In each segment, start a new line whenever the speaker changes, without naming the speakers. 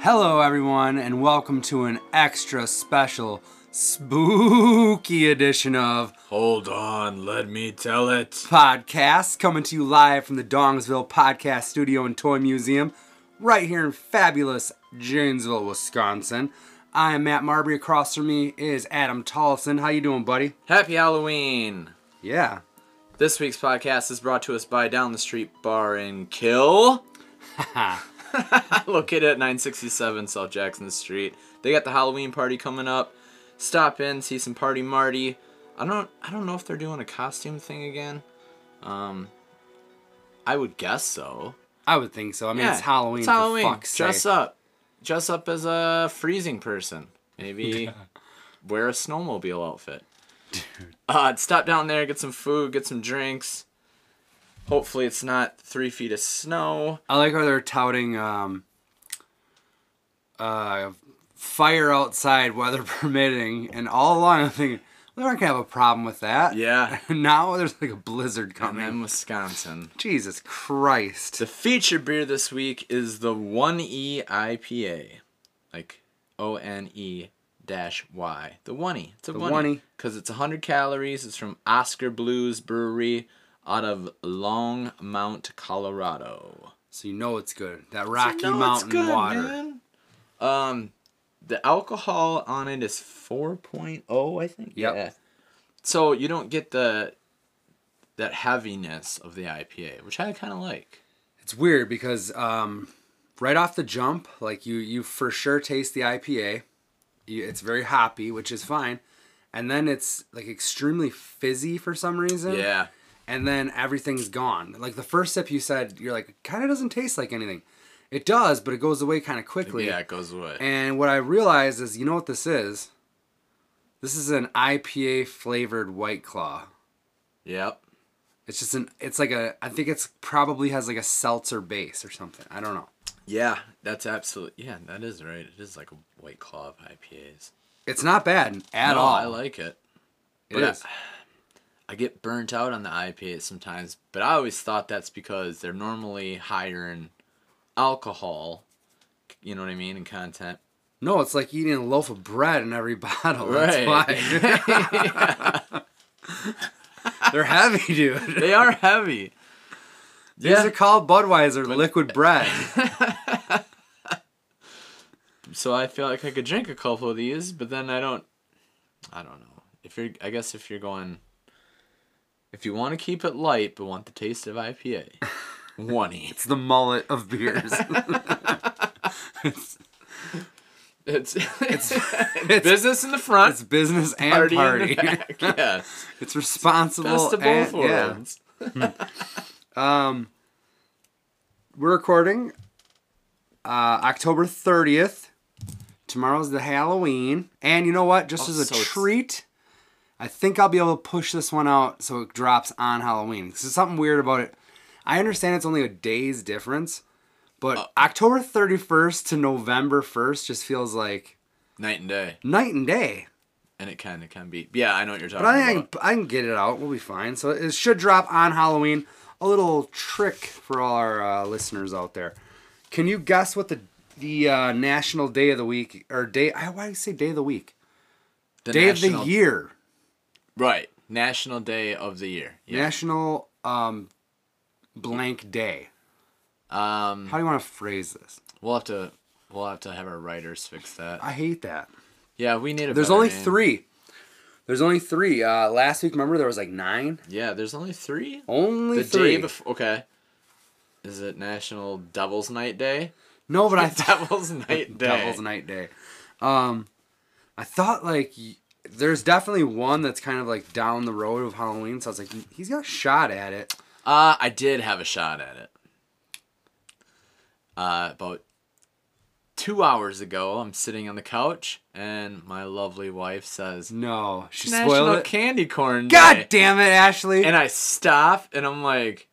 Hello, everyone, and welcome to an extra special, spooky edition of
Hold on, let me tell it.
Podcast, coming to you live from the Dongsville Podcast Studio and Toy Museum, right here in fabulous Janesville, Wisconsin. I am Matt Marbury. Across from me is Adam Tolleson. How you doing, buddy?
Happy Halloween!
Yeah.
This week's podcast is brought to us by Down the Street Bar in Kill, located at 967 South Jackson Street. They got the Halloween party coming up. Stop in, see some party Marty. I don't, I don't know if they're doing a costume thing again. Um, I would guess so.
I would think so. I mean, it's Halloween.
It's Halloween.
For fuck's
Dress
sake.
up. Dress up as a freezing person. Maybe wear a snowmobile outfit. Uh, stop down there, get some food, get some drinks. Hopefully, it's not three feet of snow.
I like how they're touting um, uh, fire outside, weather permitting, and all along I'm thinking we aren't gonna have a problem with that.
Yeah.
And now there's like a blizzard
I'm
coming.
in Wisconsin.
Jesus Christ.
The feature beer this week is the E 1E IPA. Like O N E dash Y. The 1E. It's a
The E.
1E.
1E.
Because it's 100 calories. It's from Oscar Blues Brewery out of Longmont, Colorado.
So you know it's good. That Rocky
No, it's
Mountain
good,
water.
man. Um, the alcohol on it is 4.0, I think.
Yep.
So you don't get the that heaviness of the IPA, which I kind of like.
It's weird because um, right off the jump, like you you for sure taste the IPA. You, it's very hoppy, which is fine. And then it's like extremely fizzy for some reason.
Yeah.
and then everything's gone. Like the first sip you said, you're like, kind of doesn't taste like anything. It does, but it goes away kind of quickly.
Yeah, it goes away.
And what I realized is, you know what this is? This is an IPA flavored White Claw.
yep.
It's just an. It's like a. I think it's probably has like a seltzer base or something. I don't know.
Yeah, that's absolutely. Yeah, that is right. It is like a white claw of IPAs.
It's not bad at
No,
all.
I like it.
it.
but I-
Is.
I get burnt out on the IPAs sometimes, but I always thought that's because they're normally higher in alcohol. You know what I mean? And content.
No, it's like eating a loaf of bread in every bottle. That's why they're heavy, dude.
they are heavy.
These
Yeah.
are called Budweiser liquid bread.
So I feel like I could drink a couple of these, but then I don't. I don't know. If you're, I guess if you're going, if you want to keep it light but want the taste of IPA, one e.
It's the mullet of beers. it's,
It's it's,
it's,
business in the front,
it's business and
party,
party.
in the back. Yes,
It's responsible.
best of both
and- yeah.
worlds.
Um, we're recording uh, October 30th. Tomorrow's the Halloween. And you know what? Just
Oh,
as a
so it's-
treat, I think I'll be able to push this one out so it drops on Halloween. There's something weird about it. I understand it's only a day's difference, but
Uh,
October 31st to November 1st just feels like
Night and day.
night and day.
and it kind of can be. Yeah, I know what you're talking
But I
about.
think I can, I can get it out. We'll be fine. So it should drop on Halloween. A little trick for all our uh, listeners out there. Can you guess what the the uh, national day of the week or day? I Why do you say day of the week?
the
day of
national-
the year.
Right. National Day of the Year. Yeah.
National um, blank day.
Um,
How do you want to phrase this?
we'll have to we'll have to have our writers fix that.
I hate that.
Yeah, we need a.
There's
better
only
name.
three. There's only three. Uh, last week, remember there was like nine.
Yeah, there's only three.
Only
the
three.
day before. Okay. Is it National Devil's Night Day?
no, but I thought
Devil's Night Day.
Devil's Night Day. Um, I thought like y- there's definitely one that's kind of like down the road of Halloween. So I was like, he's got a shot at it.
Uh, I did have a shot at it. Uh, about two hours ago, I'm sitting on the couch, and my lovely wife says,
No, she
"National
spoiled it.
Candy Corn Day."
God damn it, Ashley!
and I stop and I'm like,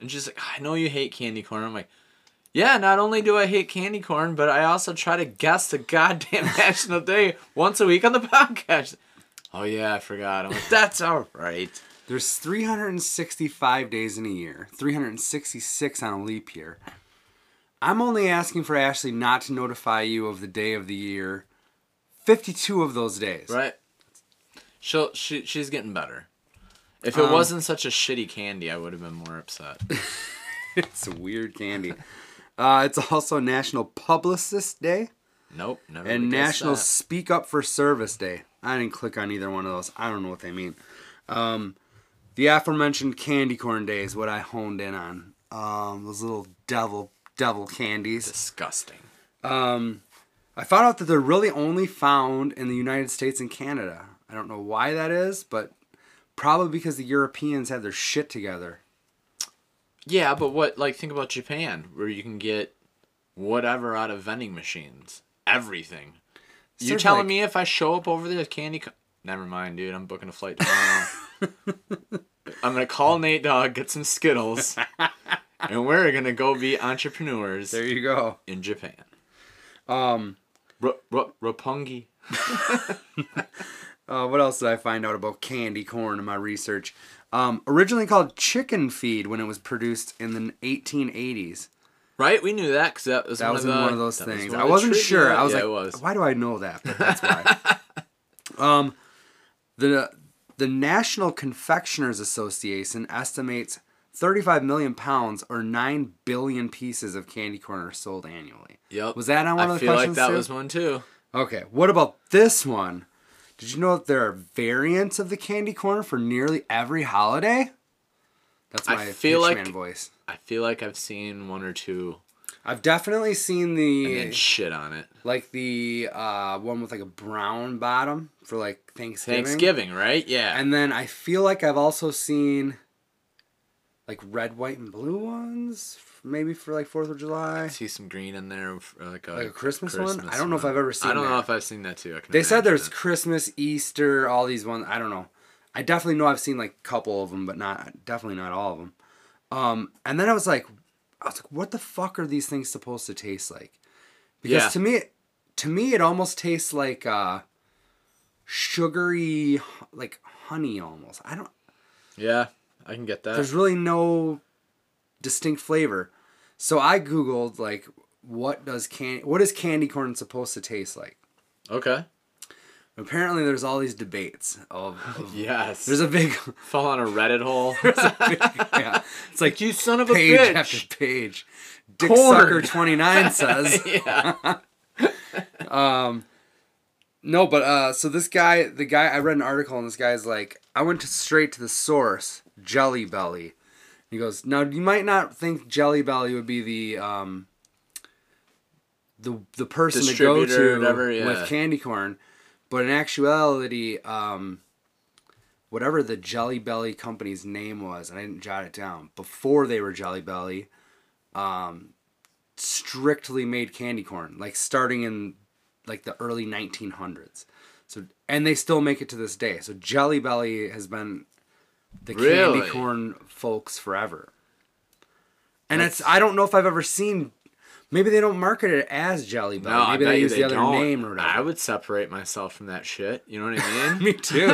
and she's like, I know you hate candy corn. I'm like, yeah, not only do I hate candy corn, but I also try to guess the goddamn national day once a week on the podcast. Oh yeah, I forgot. I'm like, that's all right.
there's 365 days in a year, 366 on a leap year. I'm only asking for Ashley not to notify you of the day of the year 52 of those days.
Right. She'll she she's getting better. If
Um,
it wasn't such a shitty candy, I would have been more upset.
It's a weird candy. Uh, it's also National Publicist Day
Nope, never.
and
would've guessed
National
that.
Speak Up for Service Day. I didn't click on either one of those. I don't know what they mean. Um, the aforementioned candy corn day is what I honed in on. Um, those little devil devil candies.
disgusting.
I found out that they're really only found in the United States and Canada. I don't know why that is, but probably because the Europeans had their shit together.
Yeah, but what like think about Japan where you can get whatever out of vending machines, everything.
Sort
You're
of
telling
like-
me if I show up over there with candy co- Never mind, dude. I'm booking a flight tomorrow. I'm going to call Nate Dogg, get some Skittles, and we're going to go be entrepreneurs
There you go.
in Japan. Um r- r- Rapungi.
Uh, what else did I find out about candy corn in my research? Um, originally called chicken feed when it was produced in the 1880s.
Right? We knew that cuz that was
That
one
was
of
in
the,
one of those
Oh that was
things.
one
I
of the
wasn't
trivia-
sure. I was
yeah,
like,
it was.
why do I know that? But that's why. um, the the National Confectioners Association estimates 35 million pounds or 9 billion pieces of candy corn are sold annually.
Yep.
Was that on one
I
of the
feel like
questions
that
too?
was one too.
Okay, what about this one? Did you know that there are variants of the candy corn for nearly every holiday? That's
I
my
feel
Hitchman
like-
voice.
I feel like I've seen one or two
I've definitely seen
and
the
then shit on it.
like the uh, one with like a brown bottom for like Thanksgiving.
Thanksgiving, right? Yeah.
And then I feel like I've also seen like red, white, and blue ones, maybe for like Fourth of July.
see some green in there, for like a,
Like a Christmas one? I don't know if I've ever seen
I don't know
that.
if I've seen that too. I can
They said
imagine
there's
it.
Christmas, Easter, all these ones. I don't know. I definitely know I've seen like a couple of them, but not definitely not all of them. Um, and then I was like, I was like, what the fuck are these things supposed to taste like? Because
Yeah.
to me, to me, it almost tastes like uh, sugary, like honey almost. I don't.
Yeah, I can get that.
There's really no distinct flavor. So I googled like, what does candy? What is candy corn supposed to taste like?
okay.
Apparently, there's all these debates of, of
Yes.
There's a big,
Fall on a Reddit hole.
yeah. It's like
you son of a
page
bitch.
after page. Dick
Corn.
Sucker twenty nine says Um,
yeah.
no, but uh, so this guy, the guy, I read an article and this guy's like, I went to straight to the source, Jelly Belly. He goes, now you might not think Jelly Belly would be the um, the the person to go
Distributor or
to
whatever, yeah.
with candy corn, but in actuality, um, whatever the Jelly Belly company's name was, and I didn't jot it down before they were Jelly Belly, um, strictly made candy corn, like starting in like the early 1900s. So and they still make it to this day. So Jelly Belly has been the
Really?
candy corn folks forever. And it's I don't know if I've ever seen maybe they don't market it as Jelly Belly.
No, I
maybe
bet
they
you
use
they
the other
don't.
name or
I
whatever.
would separate myself from that shit. You know what I mean?
Me too.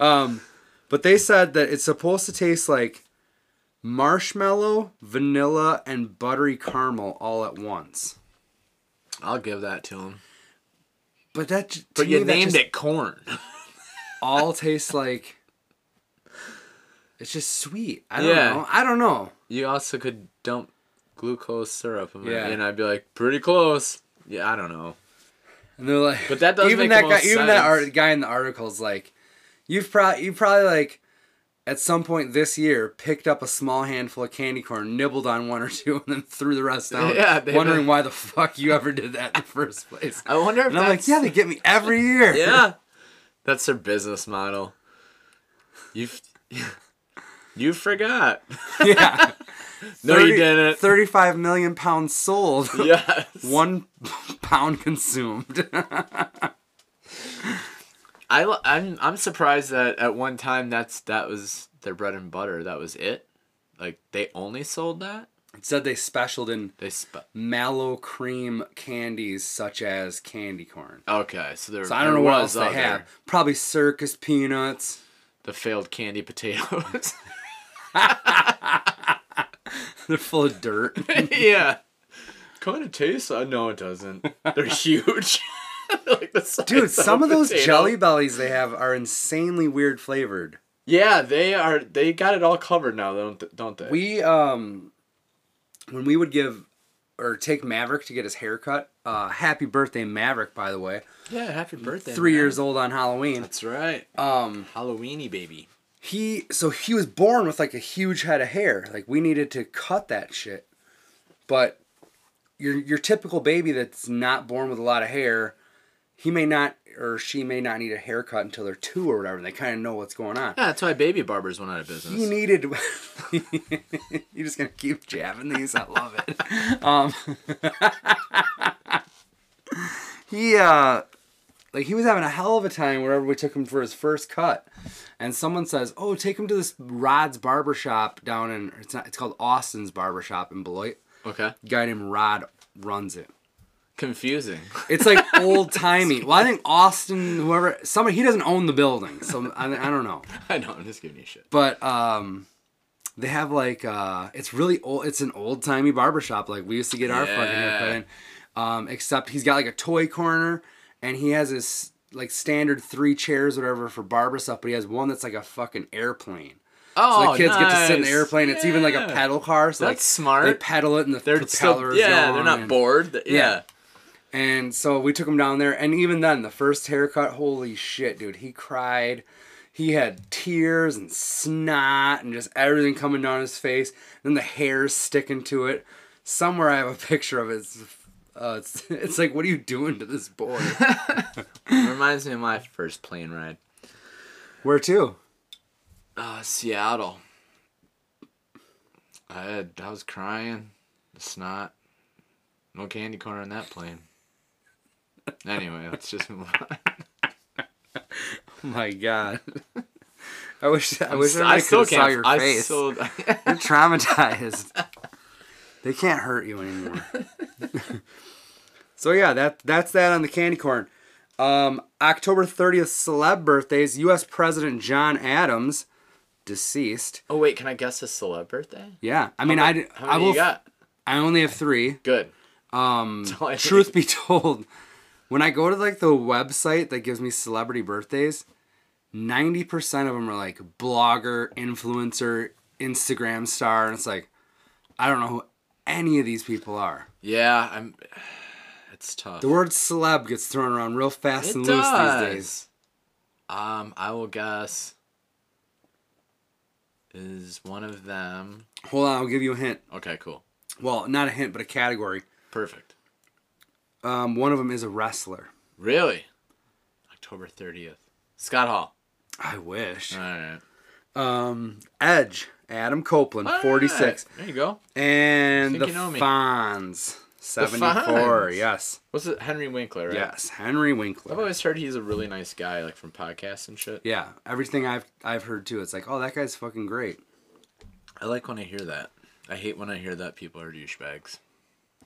um, but they said that it's supposed to taste like marshmallow, vanilla, and buttery caramel all at once.
I'll give that to him.
But that j- to
But you
me, that
named
just
it corn.
all tastes like it's just sweet. I don't
Yeah.
know. I don't know.
You also could dump glucose syrup in my,
Yeah.
and I'd be like, pretty close. Yeah, I don't know.
And they're like,
But that does
even
make the
that guy,
most
even that
sense.
art, guy in the article's like, you've probably you probably like at some point this year picked up a small handful of candy corn, nibbled on one or two, and then threw the rest out.
Yeah, they-
wondering why the fuck you ever did that in the first place.
I wonder if
And I'm like,
that's
yeah, they get me every year.
Yeah. That's their business model. You f- You forgot.
yeah.
No, you didn't.
Thirty-five million pounds sold,
Yes.
one pound consumed.
I li- I'm I'm surprised that at one time that's that was their bread and butter. That was it. Like they only sold that.
it said they specialed in
They sp-
mallow cream candies such as candy corn.
Okay, so there.
So I don't
there
know what else
was
they
other-
have. Probably circus peanuts.
The failed candy potatoes.
They're full of dirt.
yeah. Kind of tastes. Uh, no, it doesn't. They're huge. They're like the size
Dude, some
a
of those
potato.
jelly bellies they have are insanely weird flavored.
Yeah, they are. They got it all covered now, don't th- don't they?
We um when we would give or take Maverick to get his haircut, uh happy birthday Maverick by the way.
yeah, happy birthday.
3
man.
years old on Halloween.
That's right.
Um
Halloweeny baby.
he so he was born with like a huge head of hair. Like we needed to cut that shit. But your your typical baby that's not born with a lot of hair, he may not or she may not need a haircut until they're 2 or whatever. They kind of know what's going on.
Yeah, that's why baby barbers went out of business.
He needed. You're just gonna keep jabbing these. I love it. Um, he uh, like he was having a hell of a time wherever we took him for his first cut, and someone says, "Oh, take him to this Rod's barber shop down in it's not it's called Austin's barber shop in Beloit.
Okay.
guy named Rod runs it.
Confusing.
It's like old timey. Well, I think Austin, whoever, somebody he doesn't own the building, so I, I don't know.
I know. I'm just giving you shit.
but um they have like uh it's really old it's an old timey barbershop like we used to get our fucking
Yeah.
haircut in um except he's got like a toy corner and he has his like standard three chairs whatever for barber stuff but he has one that's like a fucking airplane so
Oh,
the kids get to sit in the
nice.
airplane it's even like a
Yeah.
pedal car so like,
That's smart.
they pedal it and the
They're
propeller
still.
is
Yeah,
going
they're not
and-
bored. Th- Yeah.
and so we took him down there, and even then, the first haircut, holy shit, dude, he cried. He had tears and snot and just everything coming down his face. Then the hair sticking to it. Somewhere I have a picture of it. It's, uh, it's, it's like, what are you doing to this boy?
Reminds me of my first plane ride.
Where to?
Uh, Seattle. I had, I was crying, the snot, no candy corn on that plane. Anyway, let's just move on.
Oh my god. I wish I
I'm
wish
st-
I, could have saw
can't-
your
I
face.
still-
You're traumatized. they can't hurt you anymore. so yeah, that that's that on the candy corn. Um, October 30th, celeb birthdays. U.S. President John Adams, deceased.
oh wait, can I guess a celeb birthday?
Yeah, I mean, I d-
How
I
many
will.
you got?
I only have three.
Good.
Um,
all I
truth be told, when I go to like the website that gives me celebrity birthdays, ninety percent of them are like blogger, influencer, Instagram star, and it's like, I don't know who any of these people are.
Yeah, I'm. It's tough.
The word celeb gets thrown around real fast
It
and loose
does.
these days.
Um, I will guess. Is one of them?
Hold on, I'll give you a hint.
Okay, cool,
Well, not a hint, but a category.
perfect.
Um, one of them is a wrestler.
Really, October thirtieth. Scott Hall.
I wish.
All right.
Um, Edge, Adam Copeland,
All right,
forty-six.
There you go.
And
Think
the
you know me.
Fonz. 74.
Fonz.
Yes.
What's it? Henry Winkler, right?
Yes. Henry
I've
Winkler.
always heard he's a really nice guy, like from podcasts and shit.
Yeah. Everything I've I've heard too. It's like, oh, that guy's fucking great.
I like when I hear that. I hate when I hear that people are douchebags.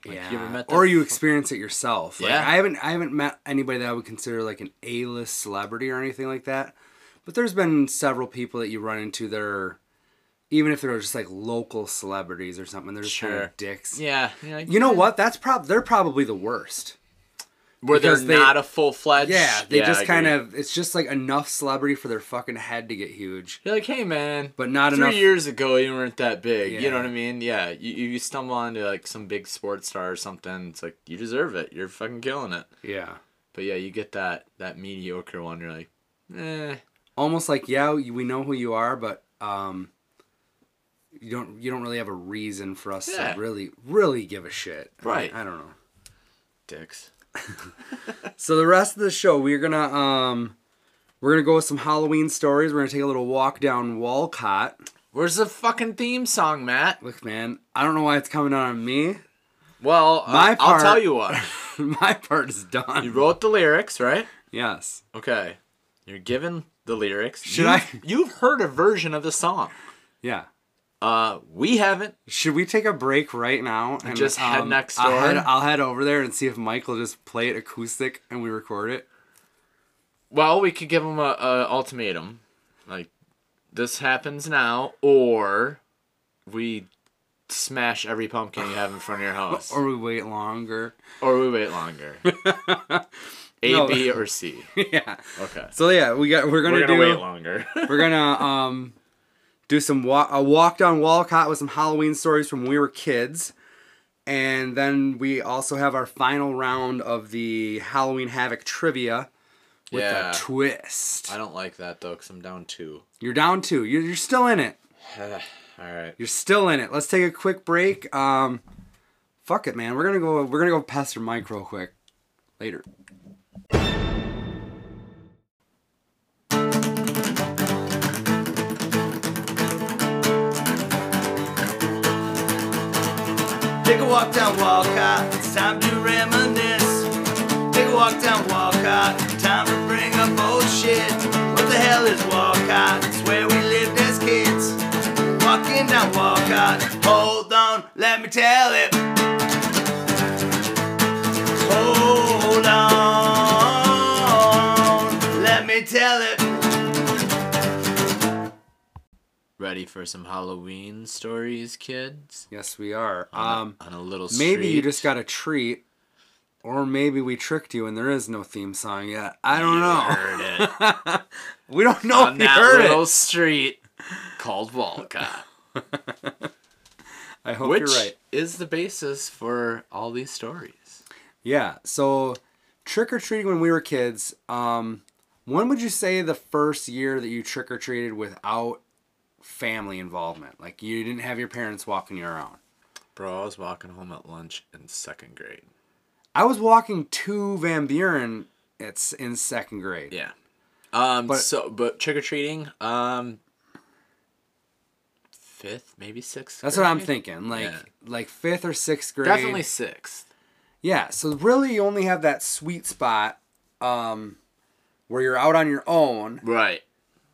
yeah.
you ever met that
or you
fuck-
experience it yourself. Like,
Yeah.
I haven't I haven't met anybody that I would consider like an A list celebrity or anything like that. But there's been several people that you run into that are even if they're just like local celebrities or something, they're just kind
Sure.
of dicks.
Yeah. You're like,
You know
"Eh."
what? That's prob they're probably the worst.
Where they're
Because they-
not a full fledged.
Yeah, they just kind of it's just like enough celebrity for their fucking head to get huge,
You're like, hey man,
but not
three
enough.
years ago you weren't that big. You
Yeah.
know what I mean? Yeah. You you stumble onto like some big sports star or something. It's like you deserve it. You're fucking killing it.
Yeah,
But yeah, you get that that mediocre one. You're like, eh.
almost like yeah, you- we know who you are, but um, you don't you don't really have a reason for us
Yeah.
to really really give a shit. I-
Right.
I, don't know.
Dicks.
So the rest of the show, we're gonna um, we're gonna go with some Halloween stories. We're gonna take a little walk down Walcott.
Where's the fucking theme song, Matt?
Look, man, I don't know why it's coming out on me.
Well, uh,
My
I'll
part-
tell you what.
My part is done.
You wrote the lyrics, right?
yes.
Okay. You're given the lyrics.
Should
You-
I-
You've heard a version of the song.
Yeah.
Uh, we haven't.
Should we take a break right now and um,
Just head next
I'll
door?
head, I'll head over there and see if Michael just play it acoustic and we record it.
Well, we could give them a, a ultimatum, like this happens now, or we smash every pumpkin you have in front of your house,
Or we wait longer.
or we wait longer. A,
No.
B, or C.
yeah.
Okay.
So yeah, we got we're gonna,
We're gonna
do
wait longer.
we're gonna um do some wa- a walk down Walcott with some Halloween stories from when we were kids. And then we also have our final round of the Halloween Havoc trivia with
yeah.
a twist.
I don't like that though, cause I'm down two.
You're down two. You're, you're still in it.
All right.
You're still in it. Let's take a quick break. Um, fuck it, man. We're gonna go. We're gonna go pester Mike real quick. Later.
Take a walk down Walcott, it's time to reminisce. Take a walk down Walcott, time to bring up old shit. What the hell is Walcott? It's where we lived as kids. Walking down Walcott, hold on, let me tell it. Hold on, let me tell it.
Ready for some Halloween stories, kids?
Yes, we are.
On
Um,
a- on a little
maybe you
street.
just got a treat, or maybe we tricked you and there is no theme song yet. I don't know.
heard it
We don't know
on
if you
that
heard
little
it.
street called Walcott,
I hope
which
Oh, you're right.
is the basis for all these stories.
Yeah. So, trick or treating when we were kids. Um, when would you say the first year that you trick or treated without family involvement? Like you didn't have your parents walking you around.
Bro, I was walking home at lunch in second grade.
I was walking to Van Buren. It's in second grade.
Yeah. Um.
But-
so, but trick or treating. Um. Fifth, maybe sixth.
That's what I'm
grade?
thinking. Like
Yeah.
like fifth or sixth grade.
Definitely sixth.
Yeah. So really, you only have that sweet spot, um, where you're out on your own
Right.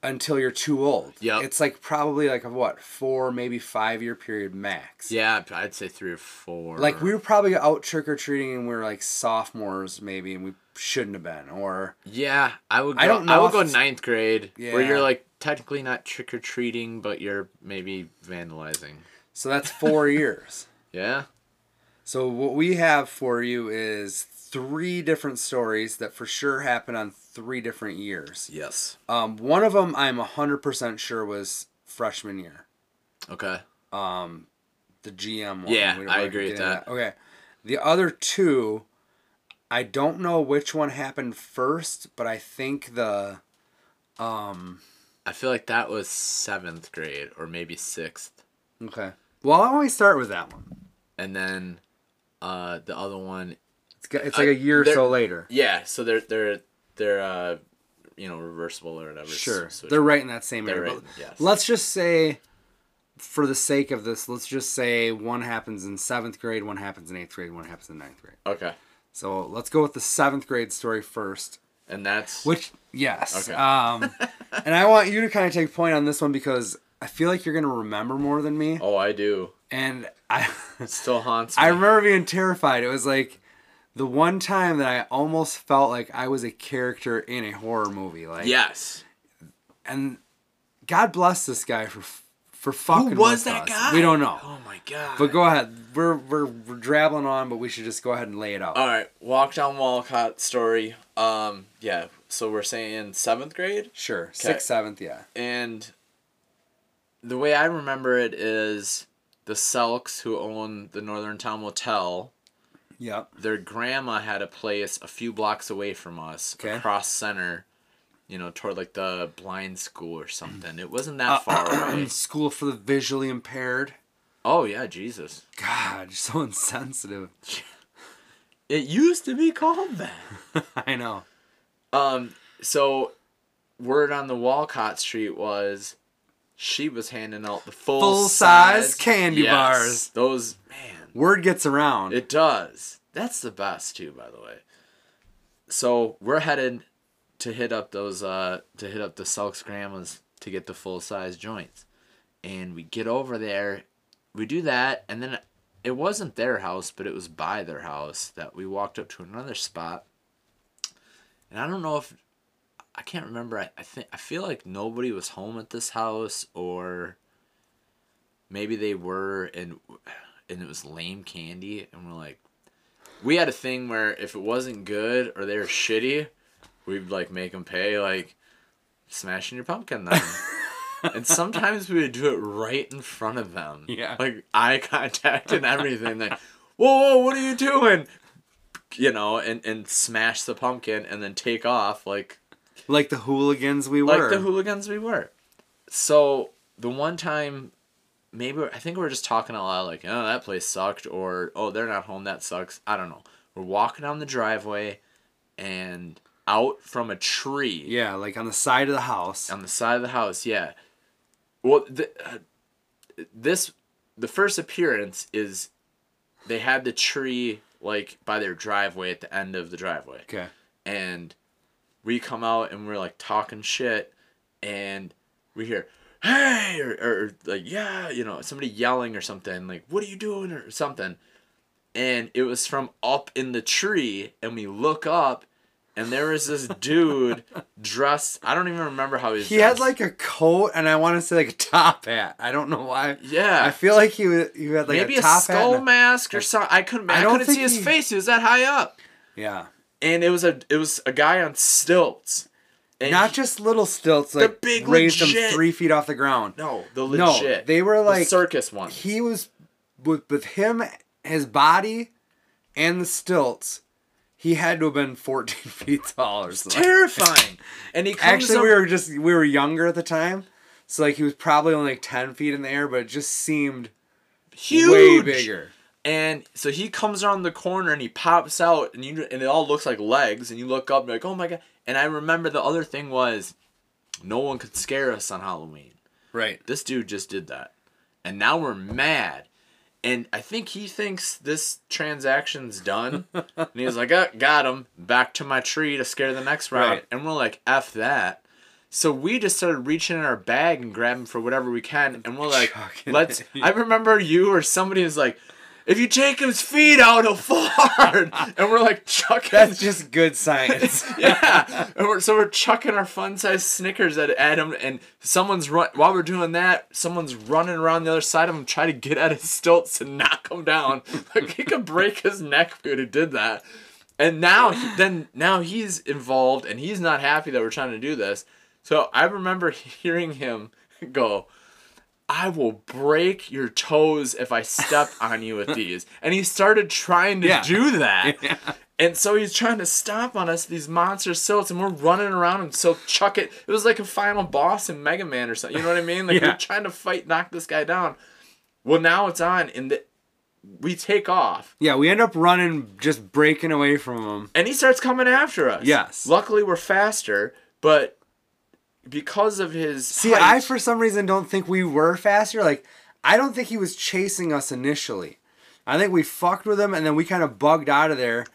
until you're too old.
Yep.
It's like probably like a what four, maybe five year period max.
Yeah, I'd say three or four.
Like we were probably out trick or treating and we were like sophomores maybe, and we shouldn't have been. Or
Yeah, I would. Go,
I
I
don't know
I would
if
go
it's-
ninth grade, where you're
Yeah.
like technically not trick or treating, but you're maybe vandalizing.
so that's four years.
Yeah.
So what we have for you is three different stories that for sure happened on three different years.
Yes.
Um, one of them I'm 100% sure was freshman year,
Okay.
the GM one.
Yeah,
We don't
I
really
agree
get
with
into
that.
Okay. The other two, I don't know which one happened first, but I think the
I feel like that was seventh grade or maybe sixth,
okay. Well, why don't we start with that one?
and then uh, the other one.
It's, got, it's like a year or
they're-
so later.
Yeah. So they're they're they're uh, you know reversible or whatever.
Sure,
s- switch-
they're right in that same
They're
area.
right-
but
yes.
Let's just say, for the sake of this, let's just say one happens in seventh grade, one happens in eighth grade, one happens in ninth grade.
okay.
So let's go with the seventh grade story first.
And that's
Which yes,
Okay.
um, and I want you to kind of take point on this one because I feel like you're gonna remember more than me,
oh I do.
and I
It still haunts. Me.
I remember being terrified. It was like the one time that I almost felt like I was a character in a horror movie. Like
yes.
and God bless this guy for for fucking.
Who was
with
that
us.
guy?
We don't know.
Oh my god.
But go ahead. We're, we're we're drabbling on, but we should just go ahead and lay it out.
All right, walk down Walcott story. Um, yeah, so we're saying seventh grade,
sure. Sixth, seventh, yeah.
and the way I remember it is the Selks who own the Northern Town Motel.
Yep.
Their grandma had a place a few blocks away from us,
Okay.
across center, you know, toward like the blind school or something. It wasn't that far away.
School for the visually impaired.
Oh yeah, Jesus.
God, you're so insensitive.
It used to be called that.
I know.
Um, so word on the Walcott Street was she was handing out the full,
Full-size candy bars.
Those man,
Word gets around.
it does. That's the best too, by the way. So we're headed to hit up those uh to hit up the Selk's grandmas to get the full size joints. And we get over there, we do that, and then it wasn't their house, but it was by their house that we walked up to another spot. And I don't know if I can't remember. I, I think I feel like nobody was home at this house or maybe they were and and it was lame candy and we're like we had a thing where if it wasn't good or they were shitty we'd like make them pay like smashing your pumpkin then and sometimes we would do it right in front of them
Yeah.
like eye contact and everything like whoa whoa what are you doing you know and and smash the pumpkin and then take off like
Like the hooligans we
like
were.
the hooligans we were. So the one time, maybe I think we were just talking a lot, like, oh, that place sucked, or oh, they're not home, that sucks. I don't know. We're walking down the driveway, and out from a tree
yeah, like on the side of the house.
on the side of the house. Yeah. Well, the, uh, this the first appearance is they had the tree like by their driveway at the end of the driveway
okay.
and we come out and we're like talking shit and we hear hey or, or like yeah you know somebody yelling or something like what are you doing or something and it was from up in the tree and we look up and there was this dude dressed i don't even remember how he was
He had
dressed.
like a coat and I want to say like a top hat. I don't know why.
Yeah.
I feel like he wa- he had like
maybe
a
a,
top hat.
skull
and a-
mask or something i couldn't i,
I don't
couldn't see
think
his
he-
face he was that high up
yeah.
and it was a it was a guy on stilts and
Not
he-
just little stilts, like
big
raised
legit-
him three feet off the ground.
no the
No,
legit
they were
the
like-
circus one
He was with with him, his body, and the stilts. He had to have been 14 feet tall or something.
terrifying. And he comes
Actually,
up-
we were just we were younger at the time, so like he was probably only like 10 feet in the air, but it just seemed
huge,
way bigger.
And so he comes around the corner and he pops out, and you and it all looks like legs. And you look up, and you're like, oh my god. And I remember the other thing was, no one could scare us on Halloween.
Right.
This dude just did that, and now we're mad. And I think he thinks this transaction's done. and he's like, oh, got him. Back to my tree to scare the next round.
Right.
And we're like, F that. So we just started reaching in our bag and grabbing for whatever we can. And we're like,
Chucking
let's.
it.
I remember you or somebody was like, if you take his feet out, he'll fart. and we're like, chucking.
That's just good science.
yeah. And we're, so we're chucking our fun sized Snickers at Adam, and someone's run while we're doing that. Someone's running around the other side of him, trying to get at his stilts and knock him down. like he could break his neck if we would have did that. And now, he- then now he's involved, and he's not happy that we're trying to do this. So I remember hearing him go. I will break your toes if I step on you with these. And he started trying to
Yeah.
do that. And so he's trying to stomp on us, these monster silts, and we're running around and so chuck it. It was like a final boss in Mega Man or something. You know what I mean? Like
Yeah.
we're trying to fight, knock this guy down. Well, now it's on, and the, we take off,
yeah, we end up running, just breaking away from him.
and he starts coming after us.
Yes.
Luckily, we're faster, but because of his
See, I for some reason don't think we were faster. Like, I don't think he was chasing us initially. I think we fucked with him and then we kind of bugged out of there.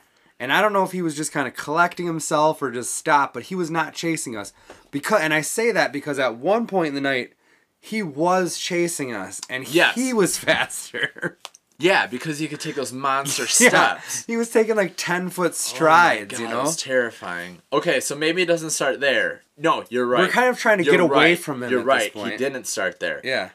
And I don't know if he was just kind of collecting himself or just stopped, but he was not chasing us. Because and I say that because at one point in the night he was chasing us and
Yes.
he was faster.
yeah, because he could take those monster
yeah.
steps.
He was taking like 10 foot
Oh my
strides, you
God,
know?
It's terrifying. Okay, so maybe it doesn't start there. No, you're right.
kind of trying to
You're
get away
right.
from him
You're
at this
right. He
point.
didn't start there.
yeah.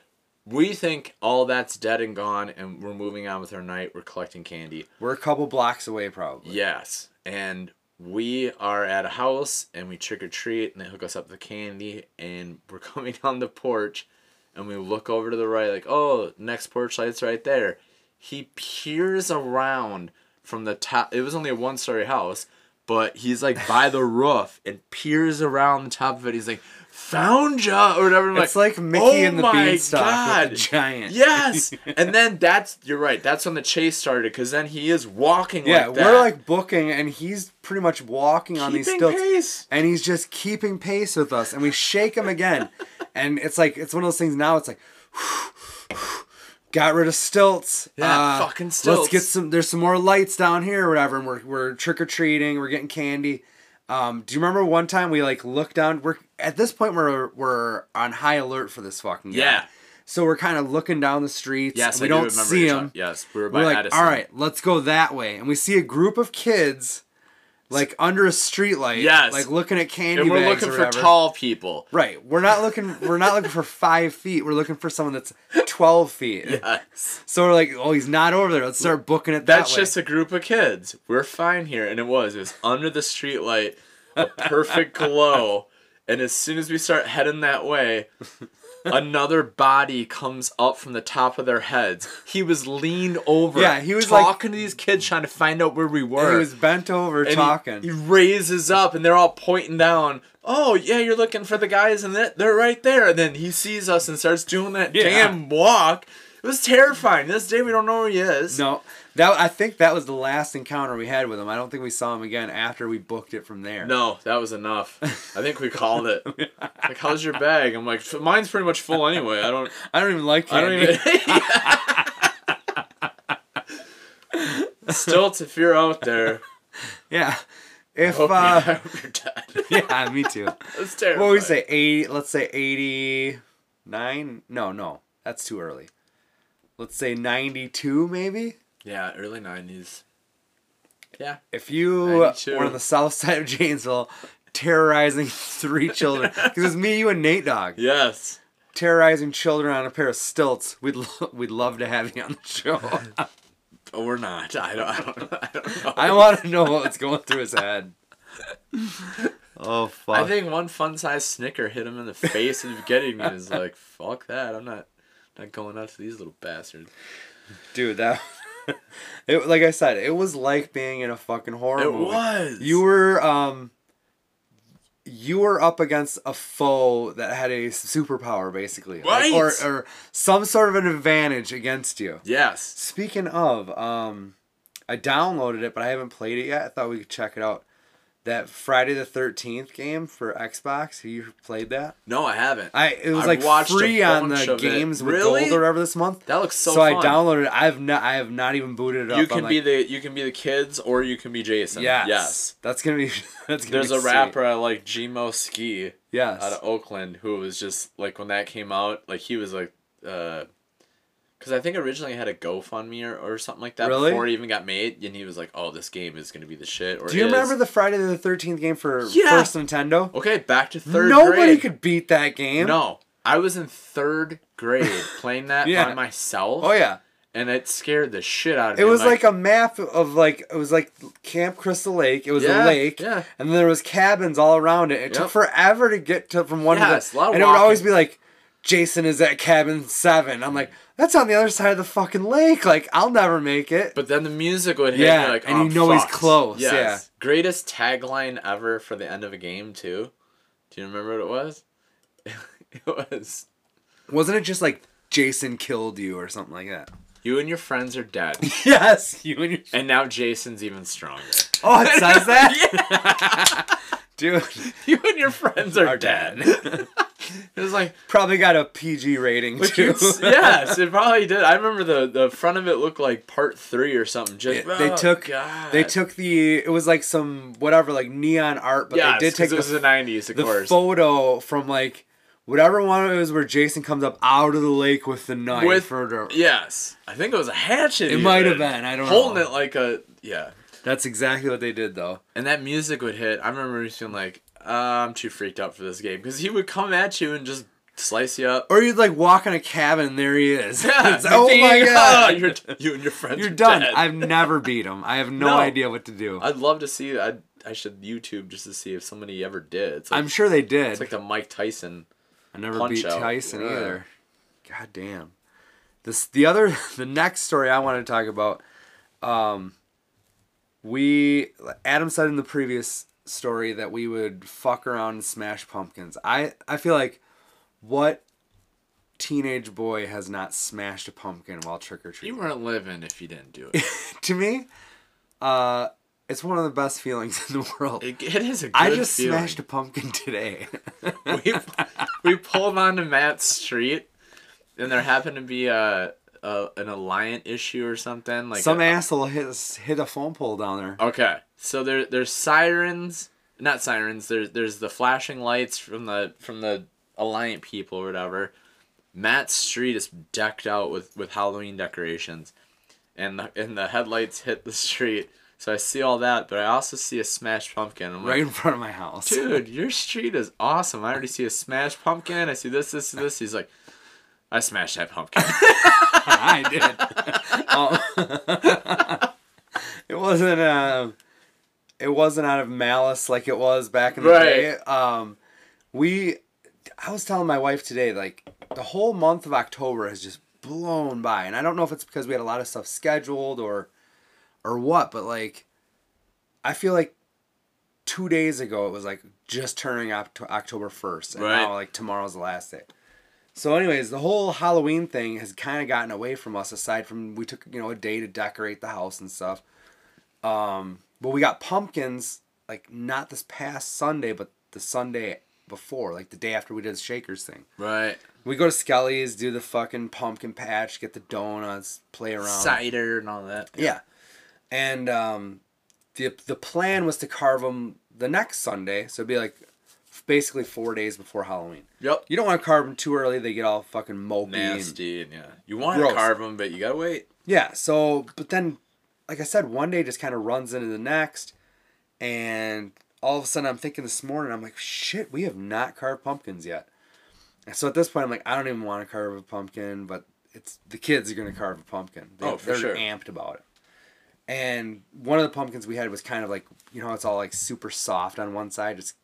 We think all that's dead and gone, and we're moving on with our night. We're collecting candy.
We're a couple blocks away, probably.
Yes, and we are at a house, and we trick or treat, and they hook us up with candy, and we're coming on the porch, and we look over to the right, like, oh, next porch light's right there. He peers around from the top. It was only a one-story house, but he's like by the roof and peers around the top of it. He's like, "Found ya" or whatever. I'm "Oh
It's like Mickey and the
my
Beanstalk with the
God.
giant.
Yes, and then that's you're right. That's when the chase started because then he is walking.
Yeah,
like that.
we're like booking, and he's pretty much walking on these
Keeping
stilts,
pace.
and he's just keeping pace with us. And we shake him again, and it's like it's one of those things. Now it's like, got rid of stilts.
Yeah,
uh,
fucking
Let's
stilts.
get some. There's some more lights down here, or whatever. And we're we're trick or treating. We're getting candy. Um, do you remember one time we like looked down? We're at this point we're we're on high alert for this fucking guy.
Yeah.
So we're kind of looking down the streets.
Yes,
and we
I do
don't
remember
see
you
him.
talk- Yes, we were by
We're like,
Addison.
all right, let's go that way. And we see a group of kids like under a streetlight.
Yes.
Like looking at candy
and we're
bags
looking
or
for
whatever.
tall people.
Right. We're not looking. We're not looking for five feet. We're looking for someone that's twelve feet.
Yes.
So we're like, oh, he's not over there. Let's start booking it.
Uh, That's
that way.
just a group of kids. We're fine here. And it was. It was under the streetlight, a perfect glow. And as soon as we start heading that way, another body comes up from the top of their heads. He was leaned over.
Yeah, he was, like-
talking to these kids, trying to find out where we were.
And he was bent over
And he-
talking.
He, raises up, and they're all pointing down. Oh yeah, you're looking for the guys, and that they're right there. And then he sees us and starts doing that
Yeah.
damn walk. It was terrifying. This day we don't know where he is.
no, that I think that was the last encounter we had with him. I don't think we saw him again after we booked it from there.
No, that was enough. I think we called it. Like, how's your bag? I'm like, mine's pretty much full anyway. I don't.
I don't even like
I
candy.
don't even. Stilts, if you're out there,
yeah. If
hope
uh,
you- I hope you're dead.
yeah, me too. What
That's terrible.
would we say? Eighty. Let's say eighty-nine. No, no, that's too early. Let's say ninety-two, maybe.
Yeah, early '90s. Yeah.
If you
92.
were on the south side of Janesville, terrorizing three children, because it's me, you, and Nate Dog,
Yes.
terrorizing children on a pair of stilts, we'd lo- we'd love to have you on the show.
But we're not. I don't. I don't, I don't know.
I want to know what's going through his head. Oh fuck!
I think one fun-sized Snicker hit him in the face at the beginning, and he's like, "Fuck that! I'm not, not going out to these little bastards."
dude, that it like I said, it was like being in a fucking horror
It
movie.
was.
You were um you were up against a foe that had a superpower basically. Like,
Right.
or or some sort of an advantage against you.
Yes.
Speaking of, um I downloaded it but I haven't played it yet. I thought we could check it out. That Friday the thirteenth game for Xbox, have you played that?
No, I haven't.
I it was
I
like
watched a
free on
bunch
the
of it.
games with
Really?
gold or whatever this month.
that looks so.
So,
fun.
I downloaded it. I've not I have not even booted it up.
You can
I'm
be
like,
the you can be the kids or you can be Jason.
yes,
Yes.
That's gonna be that's gonna
There's
be
a
sweet.
rapper I like, Gmo Ski,
Yes.
out of Oakland, who was just like when that came out, like he was like, because I think originally it had a GoFundMe or, or something like that
Really?
before it even got made, and he was like, "Oh, this game is gonna be the shit." Or
Do you
is.
remember the Friday the Thirteenth game for
Yeah.
first Nintendo?
Okay, back to third.
Nobody
grade.
could beat that game.
No, I was in third grade playing that
Yeah.
by myself.
Oh yeah.
and it scared the shit out of me.
It was
I'm
like, a map of like it was like Camp Crystal Lake. It was a
Yeah,
lake,
yeah.
and then there was cabins all around it. It took
Yep.
forever to get to from one to
Yes, a
the,
lot of
and it would always be
walking.
like, "Jason is at cabin seven. I'm like, "That's on the other side of the fucking lake. Like, I'll never make it."
But then the music would hit,
Yeah,
and, you're like,
and
"Oh,
you know he's
fuck."
close, yeah.
Greatest tagline ever for the end of a game too. Do you remember what it was? it was
Wasn't it just like Jason killed you or something like that?
you and your friends are dead,
Yes, you and your.
and now Jason's even stronger.
Oh, it says that, dude.
you and your friends are,
Are
dead.
dead.
it was like
Probably got a PG rating too.
It's- yes, it probably did. I remember the the front of it looked like part three or something. Just
It- they
oh,
took
God.
they took the it was like some whatever like neon art, but
Yes,
they did
'cause
take
it was the
the,
nineties, of
the
course.
photo from like whatever one it was where Jason comes up out of the lake with the knife
With-
or whatever.
yes, I think it was a hatchet.
It might have
even.
been, I don't
holding
know.
it like a yeah.
That's exactly what they did though.
And that music would hit. I remember just being like, uh, I'm too freaked out for this game because he would come at you and just slice you up.
Or you'd like walk in a cabin and there he is. It's like, oh
Ding!
my
Ah,
god.
you're, you and your friends.
You're
are
done.
dead.
I've never beat him. I have no,
No.
idea what to do.
I'd love to see. I I should YouTube just to see if somebody ever did. It's like,
I'm sure they did.
it's like the Mike Tyson.
I never
Punch
beat
Out.
Tyson
Yeah.
either. God damn. This the other the next story I want to talk about. Um, we Adam said in the previous story that we would fuck around and smash pumpkins. I I feel like what teenage boy has not smashed a pumpkin while trick or
You
treating?
weren't living if you didn't do it.
To me, uh, it's one of the best feelings in the world.
It, it is a good
I just
feeling.
smashed a pumpkin today.
we, we pulled onto Matt's street, and there happened to be a, a an Alliant issue or something like
Some
a-
asshole hit hit a phone pole down there.
Okay, so there there's sirens, not sirens. There's there's the flashing lights from the from the Alliant people or whatever. Matt's street is decked out with with Halloween decorations, and the and the headlights hit the street, So I see all that, but I also see a smashed pumpkin. I'm like,
right in front of my house.
dude, your street is awesome. I already see a smashed pumpkin. I see this, this, and this. He's like, I smashed that pumpkin.
I did. Oh. it wasn't. Um, it wasn't out of malice like it was back in the
Right.
day. Um, we. I was telling my wife today, like the whole month of October has just blown by, and I don't know if it's because we had a lot of stuff scheduled or, or what, but like, I feel like two days ago it was like just turning Oct- October first, and
Right.
now like tomorrow's the last day. So, anyways, the whole Halloween thing has kind of gotten away from us. Aside from we took you know a day to decorate the house and stuff, um, but we got pumpkins like not this past Sunday, but the Sunday before, like the day after we did the Shakers thing.
right.
We go to Skelly's, do the fucking pumpkin patch, get the donuts, play around.
Cider and all that.
Yeah. And um, the the plan was to carve them the next Sunday, so it'd be like basically four days before Halloween.
Yep.
You don't want to carve them too early; they get all fucking mopey. and-
Nasty and yeah. You want
Gross.
to carve them, but you gotta wait.
yeah. So, but then, like I said, one day just kind of runs into the next, and all of a sudden I'm thinking this morning I'm like, shit, we have not carved pumpkins yet. And so at this point I'm like, I don't even want to carve a pumpkin, but it's the kids are gonna carve a pumpkin. They,
Oh, for
they're
sure.
amped about it. And one of the pumpkins we had was kind of like, you know, how it's all like super soft on one side. It's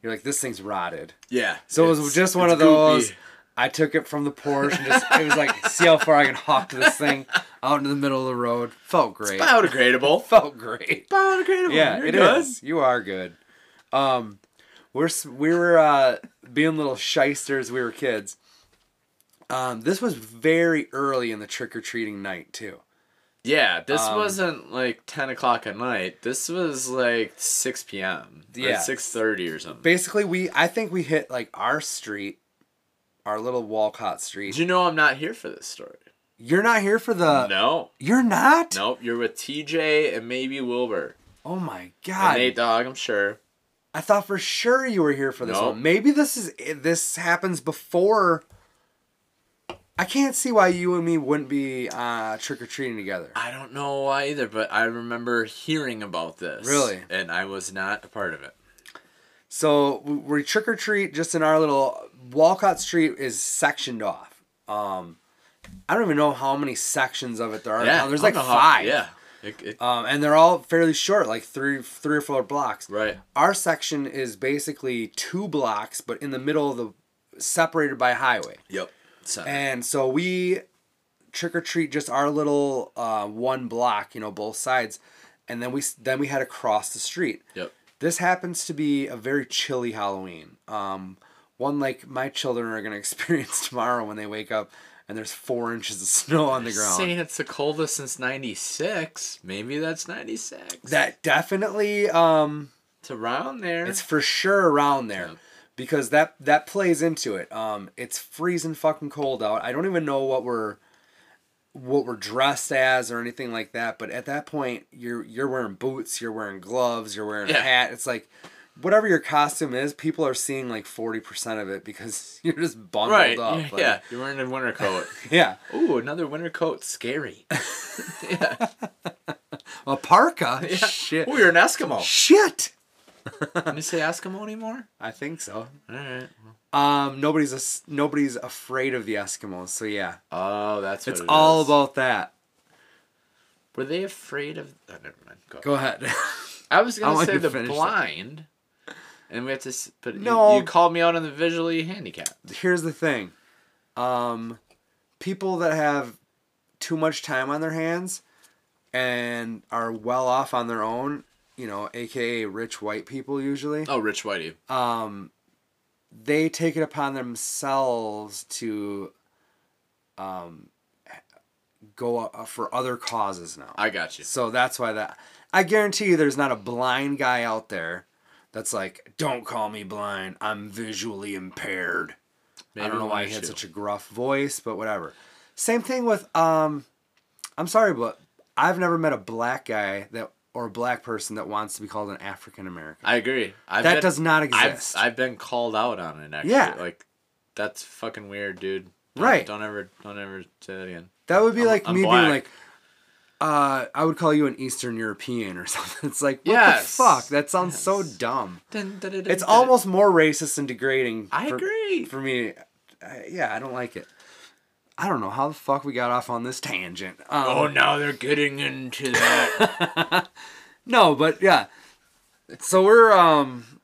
you're like, this thing's rotted.
Yeah.
So it was
It's-
just one
it's
of those.
goopy.
I took it from the porch and just it was like, see how far I can hawk this thing out into the middle of the road. Felt great.
Biodegradable.
Felt great.
Biodegradable.
Yeah,
You're
it is.
good.
You are good. Um, we're s- we were uh, being little shysters. We were kids. Um, this was very early in the trick or treating night too.
Yeah, this
Um,
wasn't like ten o'clock at night. This was like six p.m.
Yeah.
Yeah, six thirty or something.
Basically, we I think we hit like our street, our little Walcott
Did
Street.
you know I'm not here for this story?
You're not here for the.
no,
You're not.
nope. You're with TJ and maybe Wilbur
Oh my
and
god.
Nate Dog. I'm sure.
I thought for sure you were here for this
Nope.
one. Maybe this is this happens before. I can't see why you and me wouldn't be uh, trick or treating together.
I don't know why either, but I remember hearing about this.
Really?
And I was not a part of it.
So we- we trick or treat just in our little Walcott Street is sectioned off. Um, I don't even know how many sections of it there are.
Yeah,
now. Uh, There's
I
like
don't know how-
five.
yeah, it, it,
Um, and they're all fairly short, like three, three or four blocks.
right.
Our section is basically two blocks, but in the middle of the separated by a highway.
Yep. So,
And so we trick or treat just our little uh, one block, you know, both sides, and then we then we had to cross the street.
yep.
This happens to be a very chilly Halloween. Um, one like my children are gonna experience tomorrow when they wake up, and there's four inches of snow on the ground.
Saying it's the coldest since '96. Maybe that's '96.
That definitely, um,
it's around there.
it's for sure around there.
Yep.
Because that that plays into it. Um, it's freezing fucking cold out. I don't even know what we're what we're dressed as or anything like that. But at that point, you're you're wearing boots, you're wearing gloves, you're wearing a
Yeah.
hat. It's like whatever your costume is, people are seeing like forty percent of it because you're just bundled
right.
up.
yeah,
like-
yeah. You're wearing a winter coat.
yeah.
Ooh, another winter coat. Scary.
A parka. Shit.
Ooh, you're an Eskimo.
Shit.
Can you say Eskimo anymore?
I think so.
All right.
Um, nobody's a s nobody's afraid of the Eskimos. So yeah,
Oh, that's what
it's
it
all
is.
about that.
Were they afraid of? Oh, never mind. Go.
Go ahead.
I was
I
gonna
want
say
you to
the
finish that.
blind, and we have to. s- But
No.
you, you called me out on the visually handicapped.
Here's the thing. Um, people that have too much time on their hands and are well off on their own, you know, aka rich white people usually,
Oh, Rich Whitey.
um, they take it upon themselves to um, go uh, for other causes now.
I got you.
So that's why that. I guarantee you, there's not a blind guy out there that's like, "Don't call me blind. I'm visually impaired."
Maybe
I don't know why he
one
had
issue.
such a gruff voice, but whatever. Same thing with um, I'm sorry, but I've never met a black guy that or a black person that wants to be called an African American.
I agree. I've
That
been-
does not
I've
exist.
I've been called out on it actually.
Yeah.
Like, that's fucking weird, dude. Don't-
Right.
Don't ever don't ever say that again.
that would be
I'm-
like
I'm
me
black.
being like, uh, I would call you an Eastern European or something. It's like, what
Yes.
the fuck? That sounds so
Yes.
dumb.
Dun, dun, dun, dun,
It's
dun.
almost more racist and degrading.
I
for-
agree.
For me, I, yeah, I don't like it. I don't know how the fuck we got off on this tangent. Um,
Oh, now they're getting into that.
No, but yeah. So we're um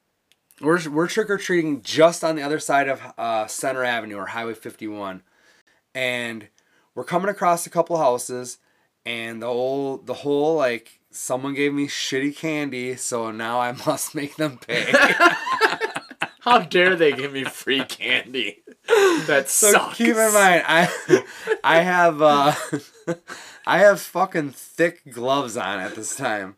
we're we're trick or treating just on the other side of uh, Center Avenue or Highway 51, and we're coming across a couple houses, and the whole the whole like someone gave me shitty candy, so now I must make them pay.
How dare they give me free candy? That
so
sucks.
keep in mind, I I have uh, I have fucking thick gloves on at this time,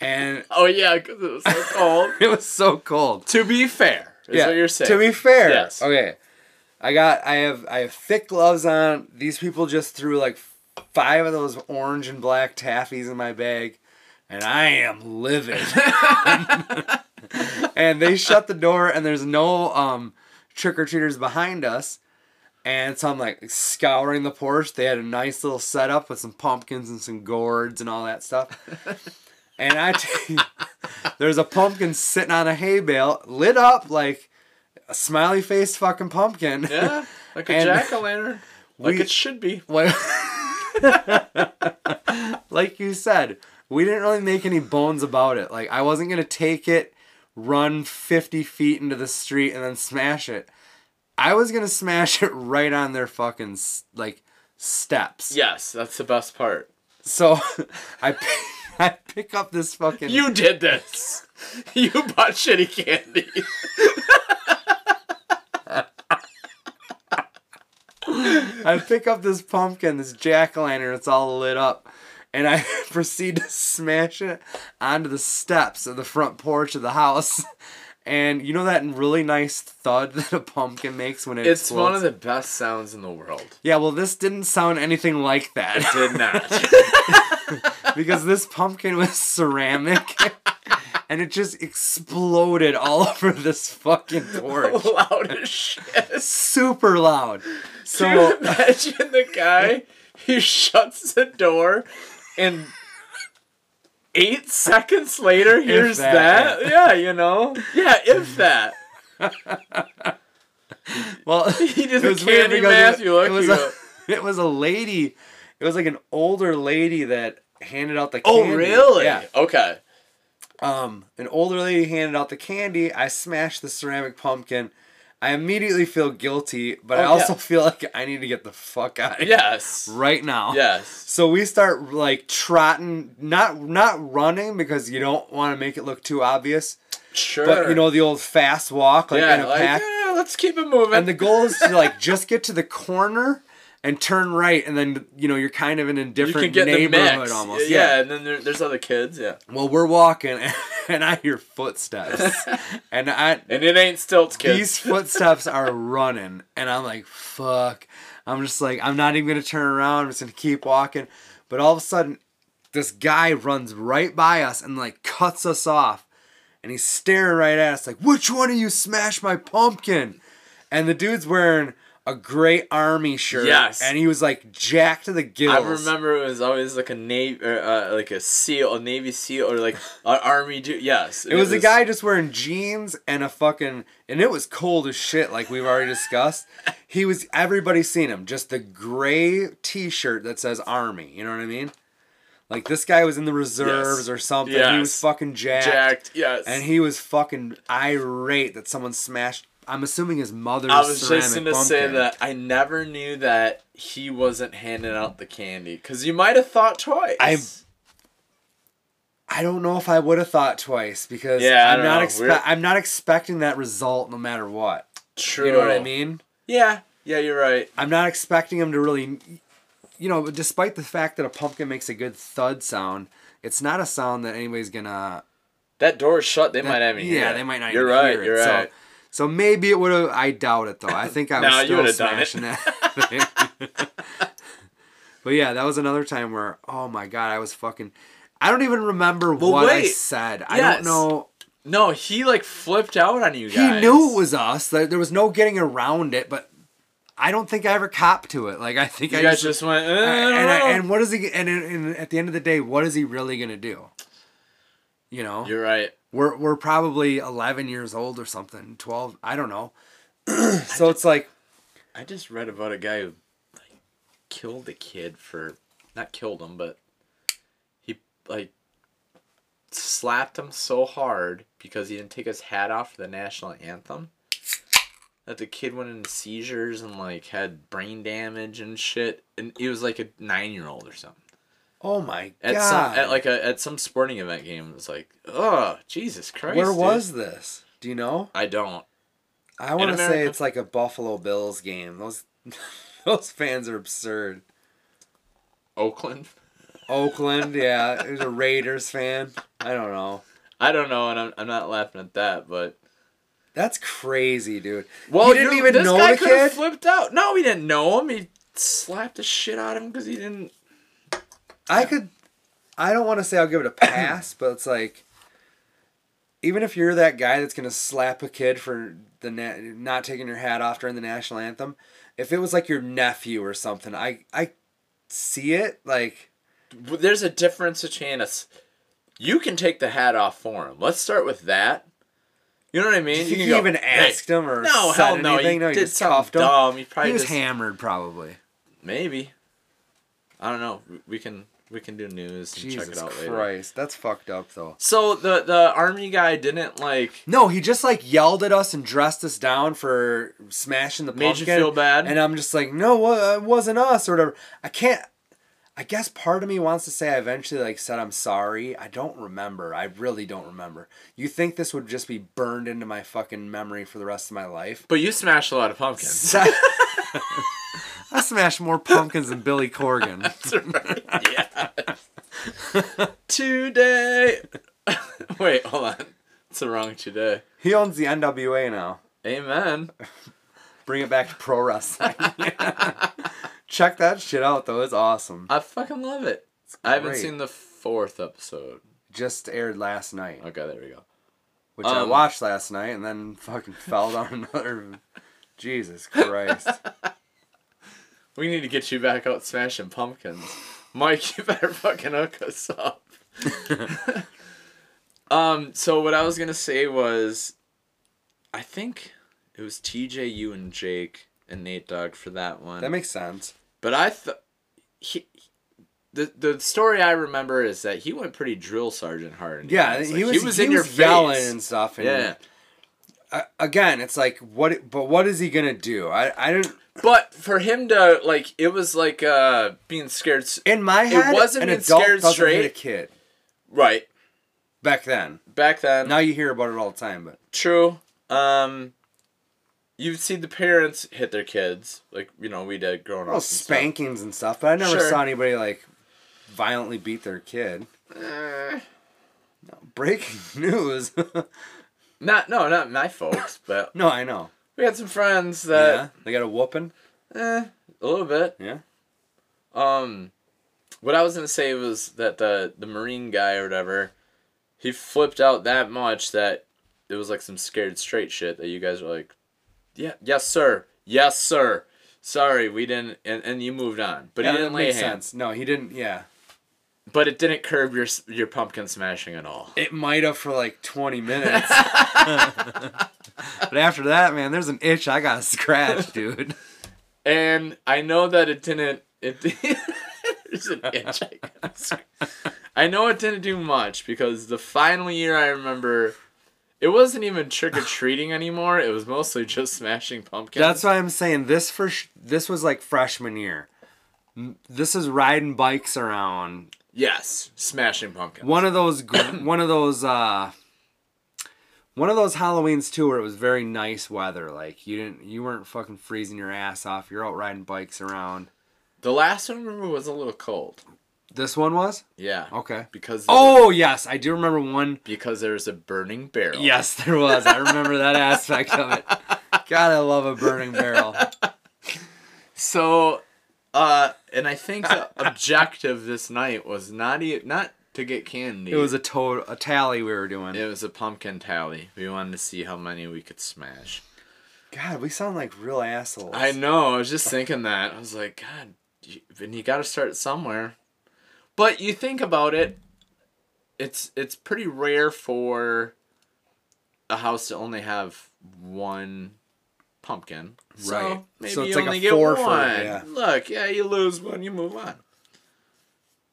and
Oh yeah, because it was so cold.
it was so cold.
to be fair, is what you're saying.
To be fair.
Yes.
Okay. I got I have I have thick gloves on. These people just threw like five of those orange and black taffies in my bag and I am livid. and they shut the door and there's no um trick or treaters behind us. And so I'm like scouring the porch. They had a nice little setup with some pumpkins and some gourds and all that stuff. And I, t- there's a pumpkin sitting on a hay bale, lit up like a smiley faced fucking pumpkin.
yeah, like a
And-
jack o' lantern, like
We-
it should be.
Like- like you said, we didn't really make any bones about it. Like I wasn't gonna take it, run fifty feet into the street, and then smash it. I was gonna smash it right on their fucking s- like steps.
Yes, that's the best part.
So I, p- I pick up this fucking.
You did this. You bought shitty candy.
I pick up this pumpkin, this jack o' lantern, it's all lit up, and I proceed to smash it onto the steps of the front porch of the house. And you know that really nice thud that a pumpkin makes when it
It's
explodes?
one of the best sounds in the world.
Yeah, well, this didn't sound anything like that
Did not.
because this pumpkin was ceramic and it just exploded all over this fucking porch.
Loud as shit.
Super loud.
Can you
So uh,
imagine the guy who shuts the door and eight seconds later hears that?
that,
Yeah, you know? Yeah, if that.
Well,
He did
it
the
was weird
Candy
because
Matthew
It, it, was
Lucky.
a, it was a lady. It was like an older lady that handed out the
Oh,
candy.
really?
Yeah.
Okay.
Um, an older lady handed out the candy. I smashed the ceramic pumpkin. I immediately feel guilty, but I
Oh,
also
yeah.
feel like I need to get the fuck out of here
Yes.
right now.
Yes.
So we start like trotting, not not running because you don't want to make it look too obvious,
Sure.
but you know the old fast walk like in a
yeah, like,
pack.
yeah, let's keep it moving.
And the goal is to like just get to the corner and turn right, and then you know you're kind of in a
you can
different
get the
neighborhood
mix.
almost.
Yeah,
Yeah.
and then there, there's other kids. Yeah.
Well, we're walking, and, and I hear footsteps, and I
And it ain't stilts, kids.
these footsteps are running, and I'm like, fuck. I'm just like, I'm not even gonna turn around. I'm just gonna keep walking. But all of a sudden, this guy runs right by us and like cuts us off, and he's staring right at us like, which one of you smashed my pumpkin? And the dude's wearing a gray army shirt.
Yes.
And he was like jacked to the gills.
I remember it was always like a navy, or, uh, like a seal, a navy seal, or like an army dude. Yes,
It was a guy just wearing jeans and a fucking and it was cold as shit, like we've already discussed. He was everybody's seen him, just the gray t shirt that says army, you know what I mean? Like this guy was in the reserves
Yes.
or something. He
Yes.
was fucking jacked,
jacked. Yes,
And he was fucking irate that someone smashed I'm assuming his mother's
I was
ceramic
just gonna say
pumpkin.
that I never knew that he wasn't handing out the candy because you might have thought twice.
I- I don't know if I would have thought twice because
Yeah, I
I'm
don't
not
know. We're-
expect I'm not expecting that result no matter what.
true.
You know what I mean?
Yeah, yeah, you're right.
I'm not expecting him to really, you know, despite the fact that a pumpkin makes a good thud sound, it's not a sound that anybody's gonna.
That door's shut. They might have me.
yeah, they might not.
You're
even
right.
Hear it.
You're
so,
right.
So maybe it would have. I doubt it though. I think I was
No, you
still
would've done it.
smashing that. thing. but yeah, that was another time where oh my god, I was fucking. I don't even remember what I
wait.
said. I don't
Yes.
know.
No, he like flipped out on you
He
guys.
knew it was us. There there was no getting around it, but I don't think I ever copped to it. Like I think
You
I
guys just went. "Eh, I don't
and, I-
know."
and what is he? And, and at the end of the day, what is he really gonna do? You know,
You're right.
we're we're probably eleven years old or something, twelve. I don't know. so it's like
I just read about a guy who like, killed a kid for not killed him, but he like slapped him so hard because he didn't take his hat off for the national anthem that the kid went into seizures and like had brain damage and shit. And he was like a nine year old or something.
Oh my
At
god!
some at like a at some sporting event game, it was like, oh Jesus Christ!
where
dude."
was this? Do you know?
I don't.
I want to say
America?
it's like a Buffalo Bills game. Those those fans are absurd.
Oakland.
Oakland, yeah, there's a Raiders fan. I don't know.
I don't know, and I'm, I'm not laughing at that, but
That's crazy, dude.
Well,
you didn't
you're-
even
this
know
guy
the
could have
kid.
flipped out. No, he didn't know him. He slapped the shit out of him because he didn't.
I could. I don't want to say I'll give it a pass, but it's like, even if you're that guy that's gonna slap a kid for the na- not taking your hat off during the national anthem, if it was like your nephew or something, I I see it like.
But There's a difference between us. You can take the hat off for him. Let's start with that. You know what I mean?
Do you think
can
he even
"Hey."
asked him or
No,
said
hell no. He
anything? No, he
did
just
something
cuffed him.
dumb. He probably
he was
just
hammered, probably.
maybe. I don't know. We- We can we can do news and
Jesus
check it out
Christ,
later.
that's fucked up though.
So the the army guy didn't like.
No, he just like yelled at us and dressed us down for smashing the
Made you
pumpkin.
feel bad?
and I'm just like, no, wa- it wasn't us or whatever. I can't. I guess part of me wants to say I eventually like said I'm sorry. I don't remember. I really don't remember. You think this would just be burned into my fucking memory for the rest of my life?
But you smashed a lot of pumpkins.
I smashed more pumpkins than Billy Corgan.
yeah. today. Wait, hold on. It's the wrong today.
He owns the NWA now.
Amen.
Bring it back to pro wrestling. Check that shit out though. It's awesome.
I fucking love it. I haven't
great.
seen the fourth episode.
Just aired last night,
Okay, there we go.
which I
Um,
watched last night and then fucking fell down another. Jesus Christ.
We need to get you back out smashing pumpkins. Mike, you better fucking hook us up. um, so what I was gonna say was I think it was TJ, you and Jake and Nate Dogg for that one.
That makes sense.
But I thought he. The, the story I remember is that he went pretty drill sergeant hard. in the
Yeah,
eyes.
he
Like,
was. He was in your yelling and stuff. And
Yeah,
uh, again, it's like what? But what is he gonna do? I I don't.
but for him to like, it was like uh being scared. s-
In my head,
wasn't
an
being
adult
scared
doesn't
straight.
hit a kid
Right
back then.
back then.
Now you hear about it all the time, but
True. Um, you've seen the parents hit their kids, like you know we did growing up.
well,
and stuff.
spankings and stuff. But I never
Sure.
saw anybody like violently beat their kid.
Eh,
Breaking news.
Not no, not my folks, but
no, I know.
we had some friends
Yeah,
that
they got a whooping.
eh, a little bit.
Yeah.
Um, what I was gonna say was that the the Marine guy or whatever, he flipped out that much that it was like some scared straight shit that you guys were like, yeah, yes sir, yes sir. Sorry, we didn't, and, and you moved on. But
yeah,
he
that
didn't lay
makes
hands.
sense. No, he didn't. Yeah,
But it didn't curb your s- your pumpkin smashing at all.
it might have for like twenty minutes. but after that, man, there's an itch I gotta scratch, dude.
And I know that it didn't. It there's an itch. I guess. I know it didn't do much because the final year I remember, it wasn't even trick or treating anymore. It was mostly just smashing pumpkins.
That's why I'm saying this for sh- this was like freshman year. M- This is riding bikes around.
yes, smashing pumpkins.
One of those gr- one of those uh one of those Halloweens too where it was very nice weather. Like you didn't you weren't fucking freezing your ass off. You're out riding bikes around.
The last one I remember was a little cold.
This one was?
Yeah.
Okay.
Because there-
Oh, yes, I do remember one.
because there was a burning barrel.
Yes, there was. I remember that aspect of it. God, I love a burning barrel.
So, uh, and I think the objective this night was not e- not to get candy.
It was a to- a tally we were doing.
It was a pumpkin tally. We wanted to see how many we could smash.
God, we sound like real assholes.
I know. I was just thinking that. I was like, God, you, and you got to start somewhere. But you think about it, it's it's pretty rare for a house to only have one pumpkin.
Right.
So maybe
So it's
you
like a
only get
four for-
one.
yeah.
Look, yeah, you lose one, you move on.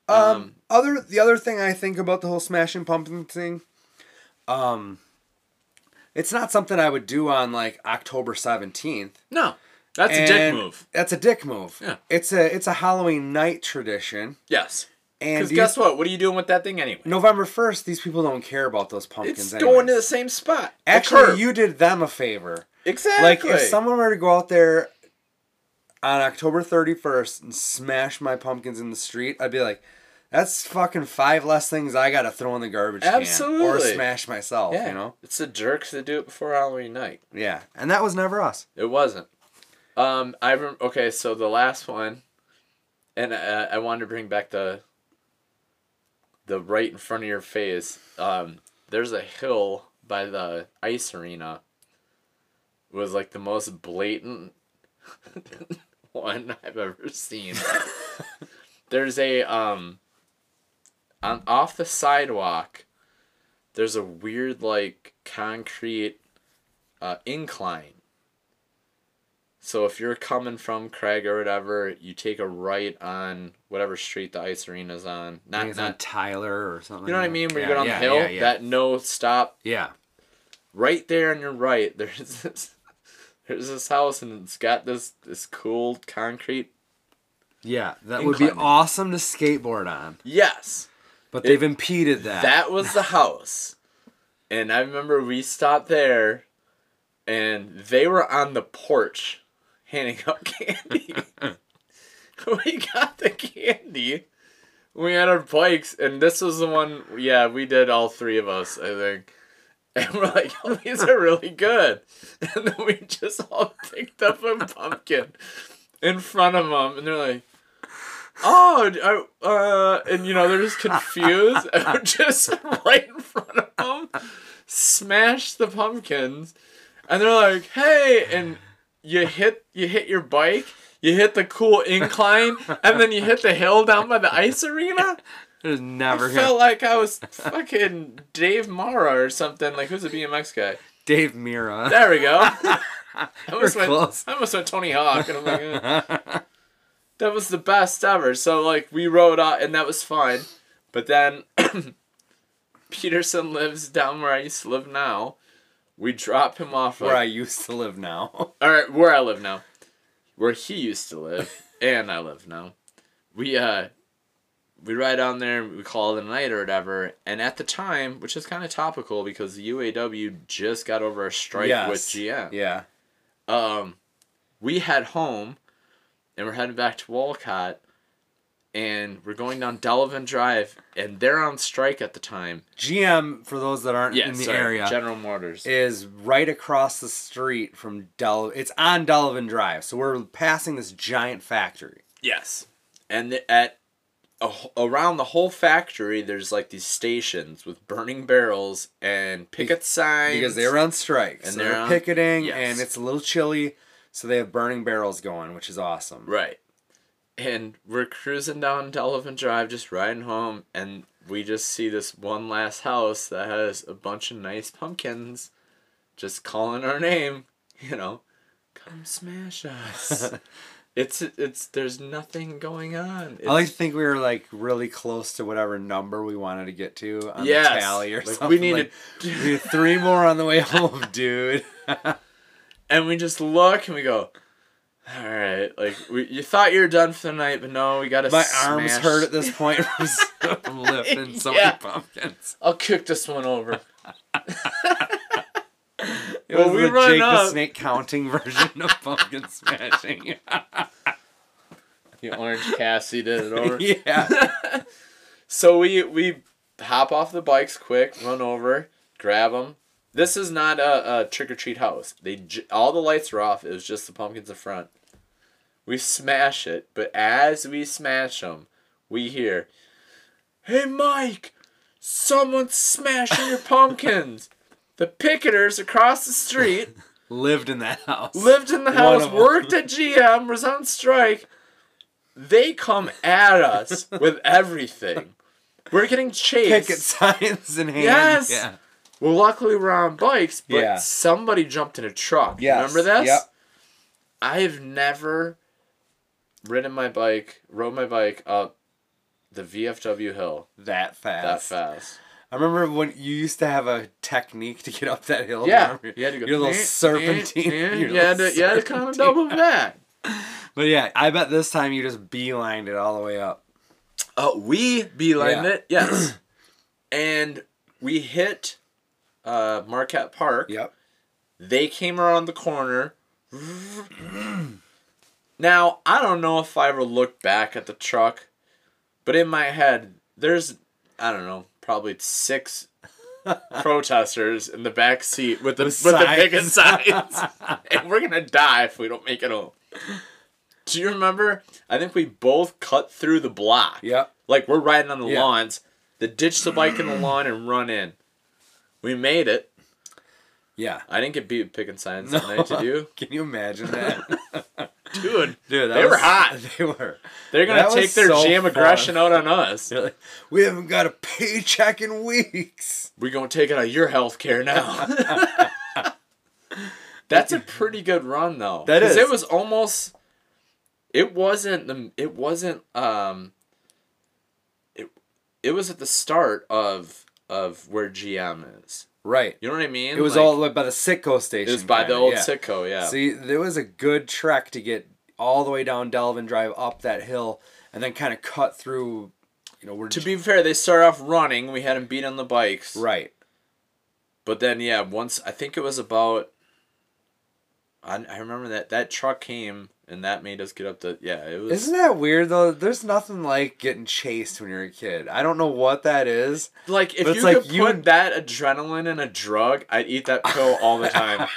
Um,
Um,
other the other thing I think about the whole smashing pumpkin thing, um, it's not something I would do on like October seventeenth.
No, that's a dick move.
That's a dick move.
Yeah.
It's a it's a Halloween night tradition.
Yes.
And
Because
these-
guess what? What are you doing with that thing anyway?
November first, these people don't care about those pumpkins.
It's
anyways.
going to the same spot. the curb.
Actually, you did them a favor.
exactly.
Like if someone were to go out there on October 31st and smash my pumpkins in the street, I'd be like, that's fucking five less things I gotta throw in the garbage can or
Absolutely.
smash myself,
yeah,
you know?
it's the jerks that do it before Halloween night.
Yeah. And that was never us.
It wasn't. Um, I rem- okay. So the last one, and uh, I, I wanted to bring back the. The right in front of your face. Um, there's a hill by the ice arena. It was like the most blatant one I've ever seen. there's a um. On off the sidewalk, there's a weird like concrete, uh, incline. So if you're coming from Craig or whatever, you take a right on whatever street the ice arena's on.
I think
Not
it's on
not
Tyler or something.
you know what I mean? When you go down
yeah,
the hill,
Yeah, yeah.
that no stop
yeah.
right there on your right. There's this, there's this house, and it's got this this cool concrete.
Yeah, that would be
Incline.
awesome to skateboard on,
Yes,
but they've impeded that.
that was the house, and I remember we stopped there, and they were on the porch, handing out candy. we got the candy. We had our bikes, and this was the one. Yeah, we did all three of us, I think. And we're like, oh, these are really good. And then we just all picked up a pumpkin in front of them, and they're like, oh, I- uh, and you know, they're just confused. And we're just right in front of them, smash the pumpkins, and they're like, hey, and you hit you hit your bike. You hit the cool incline, and then you hit the hill down by the ice arena.
There's never
I
gonna
felt like I was fucking Dave Mara or something. Like, who's a BMX guy?
Dave Mira.
There we go. I almost, went,
close.
I almost went Tony Hawk. And I'm like, eh. that was the best ever. So, like, we rode out, and that was fun. But then Peterson lives down where I used to live now. We drop him off. like-
where I used to live now.
all right, where I live now, where he used to live, and I live now. We uh, we ride down there. We call it a night or whatever. And at the time, which is kind of topical because the UAW just got over a strike with
Yes.
GM.
Yeah.
Um, we head home, and we're heading back to Walcott, and we're going down Delavan Drive, and they're on strike at the time.
GM, for those that aren't
Yeah,
in the
sorry,
area,
General Motors.
is right across the street from Del. It's on Delavan Drive, so we're passing this giant factory.
Yes. And the, at a, around the whole factory, there's like these stations with burning barrels and picket signs.
because they were on strike,
And
so
they're
they're
on-
picketing,
yes.
and it's a little chilly, so they have burning barrels going, which is awesome.
right. And we're cruising down to Elephant Drive, just riding home, and we just see this one last house that has a bunch of nice pumpkins, just calling our name. You know, come smash us. it's it's there's nothing going on. It's,
I like to think we were like really close to whatever number we wanted to get to on the
Yes.
tally or
Like, we
something.
needed-
like, we need three more on the way home, dude.
and we just look and we go, all right, like we, you thought you were done for the night, but no, we got to.
My arms hurt at this point from, from lifting so
Yeah.
many pumpkins.
I'll kick this one over.
It
Well,
was
we
the
run
Jake the
up.
Snake counting version of pumpkin smashing.
The orange Cassie did it over.
yeah.
So we we hop off the bikes quick, run over, grab them. This is not a, a trick or treat house. They j- all the lights are off. It was just the pumpkins in front. We smash it, but as we smash them, we hear, "Hey Mike, someone's smashing your pumpkins." The picketers across the street
lived in that house.
lived in the
One
house,
of 'em.
worked at GM, was on strike. They come at us with everything. We're getting chased.
Picket signs in hand.
Yes.
Yeah.
Well, luckily we're on bikes, but
Yeah.
somebody jumped in a truck.
Yes.
Remember this?
Yep.
I have never ridden my bike, rode my bike up the VFW hill
That fast.
that fast.
I remember when you used to have a technique to get up that hill.
Yeah,
Remember?
you had to go.
Your little
eh, eh,
serpentine.
eh,
your
You had
little
to, you had to kind of double back.
But yeah, I bet this time you just beelined it all the way up.
Uh, we beelined
Yeah.
it, yes. and we hit uh, Marquette Park.
Yep.
They came around the corner. now, I don't know if I ever looked back at the truck, but in my head, there's, I don't know, probably six protesters in the back seat with the, with, the
signs.
picket signs. and we're going to die if we don't make it home. Do you remember? I think we both cut through the block.
Yep.
Like we're riding on the
Yeah.
lawns, the ditch the bike in the lawn and run in. We made it.
Yeah.
I didn't get beat with picking signs that night. Did you,
Can you imagine that?
dude?
Dude, that
They were
was-
hot.
They were.
They're gonna
That was
take their
so
jam
fun.
aggression out on us.
They're like, we haven't got a paycheck in weeks.
We're gonna take it out of your health care now. That's a pretty good run though.
That
'Cause
is.
It was almost. It wasn't the. It wasn't. Um. It. It was at the start of of where GM is.
Right.
You know what I mean?
It was
Like,
all the way by the Sitco station.
It was by the
kinda,
old
yeah.
Sitco, yeah.
See, there was a good trek to get all the way down Delvin Drive up that hill and then kind of cut through, you know, we're
to be fair, they start off running. We had them beat on the bikes.
right.
But then, yeah, once I think it was about. I, I remember that that truck came and that made us get up to yeah. It was
Isn't that weird though? There's nothing like getting chased when you're a kid. I don't know what that is.
like if
but
you
it's like
could
you-
put that adrenaline in a drug, I'd eat that pill all the time.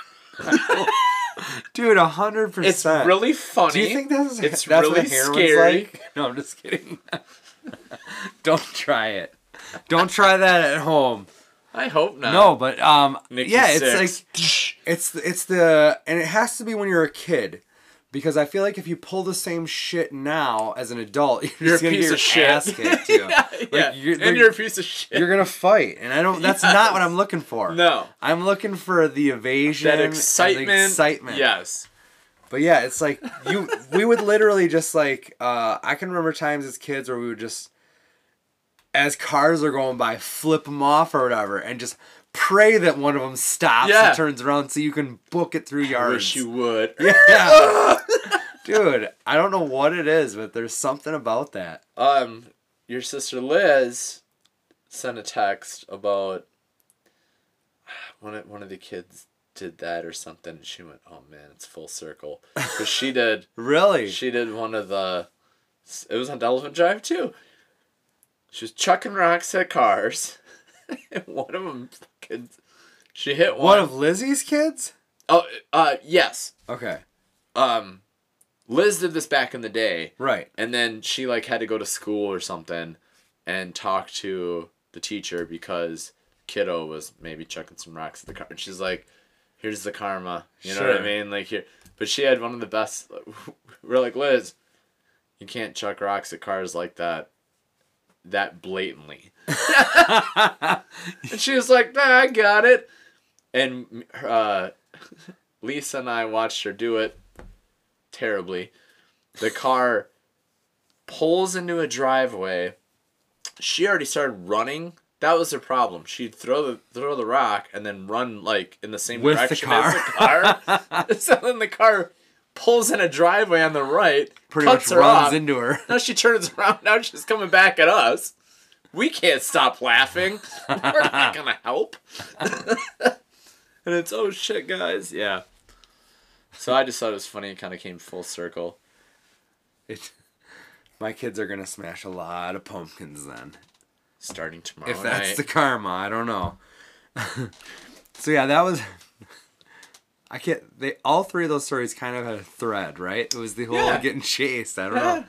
Dude, a hundred percent.
it's really funny.
Do you think that's
It's
that's
really
what heroin's
scary.
like? No, I'm just kidding. don't try it. Don't try that at home.
I hope not.
No, but um,
Nikki
yeah, it's
six.
like It's it's the and it has to be when you're a kid, because I feel like if you pull the same shit now as an adult, you're,
you're a
just gonna
piece
get
of
your
shit.
ass kicked. dude.
yeah, yeah.
you're-
and
they're-
you're a piece of shit.
You're gonna fight, and I don't. That's not what I'm looking for.
no.
I'm looking for the evasion,
That
and
excitement,
the excitement.
Yes.
But yeah, it's like you. we would literally just like. Uh, I can remember times as kids where we would just, as cars are going by, flip them off or whatever, and just pray that one of them stops
Yeah.
and turns around so you can book it through yards.
Wish you would.
Yeah. Dude, I don't know what it is, but there's something about that.
um your sister Liz sent a text about one of, one of the kids did that or something and she went oh man it's full circle because she did
Really?
she did one of the it was on Elephant Drive too she was chucking rocks at cars and one of them fucking she hit one,
One of Lizzie's kids?
oh uh yes
Okay.
um Liz did this back in the day
Right.
and then she like had to go to school or something and talk to the teacher because kiddo was maybe chucking some rocks at the car and she's like here's the karma you know what i
Sure.
mean like here but she had one of the best we're like liz you can't chuck rocks at cars like that that blatantly and she was like nah, i got it and uh, lisa and i watched her do it terribly the car pulls into a driveway. She already started running. That was her problem. She'd throw the throw the rock and then run like in the same
With the
direction as the car. so then the car pulls in a driveway on the right,
Pretty
cuts
much
her
runs
off.
into her.
now she turns around. Now she's coming back at us. We can't stop laughing. We're not gonna help. and it's oh shit, guys. Yeah. So I just thought it was funny. It kind of came full circle.
It, my kids are going to smash a lot of pumpkins then.
starting tomorrow
If that's
night.
the karma, I don't know. so yeah, that was. I can't. They all three of those stories kind of had a thread, right? It was the whole
Yeah.
getting chased. I don't
Yeah.
know.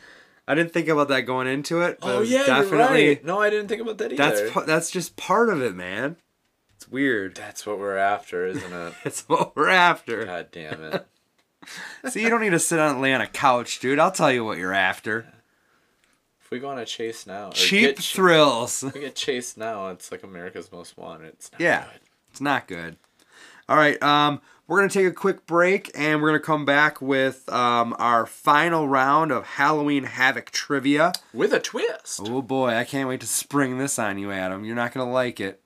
I didn't think about that going into it, but it
oh
was
yeah,
definitely
you're right. No, I didn't think about that either.
That's pa- that's just part of it, man. It's It's weird.
That's what we're after, isn't it?
That's what we're after.
God damn it.
See, you don't need to sit on lay on a couch, dude. I'll tell you what you're after.
If we go on a chase now, or
Cheap
get ch-
thrills.
we get chased now. It's like America's Most Wanted. It's not
Yeah,
good.
it's not good. All right, um, we're gonna take a quick break, and we're gonna come back with um, our final round of Halloween Havoc trivia.
with a twist.
Oh boy, I can't wait to spring this on you, Adam. You're not gonna like it.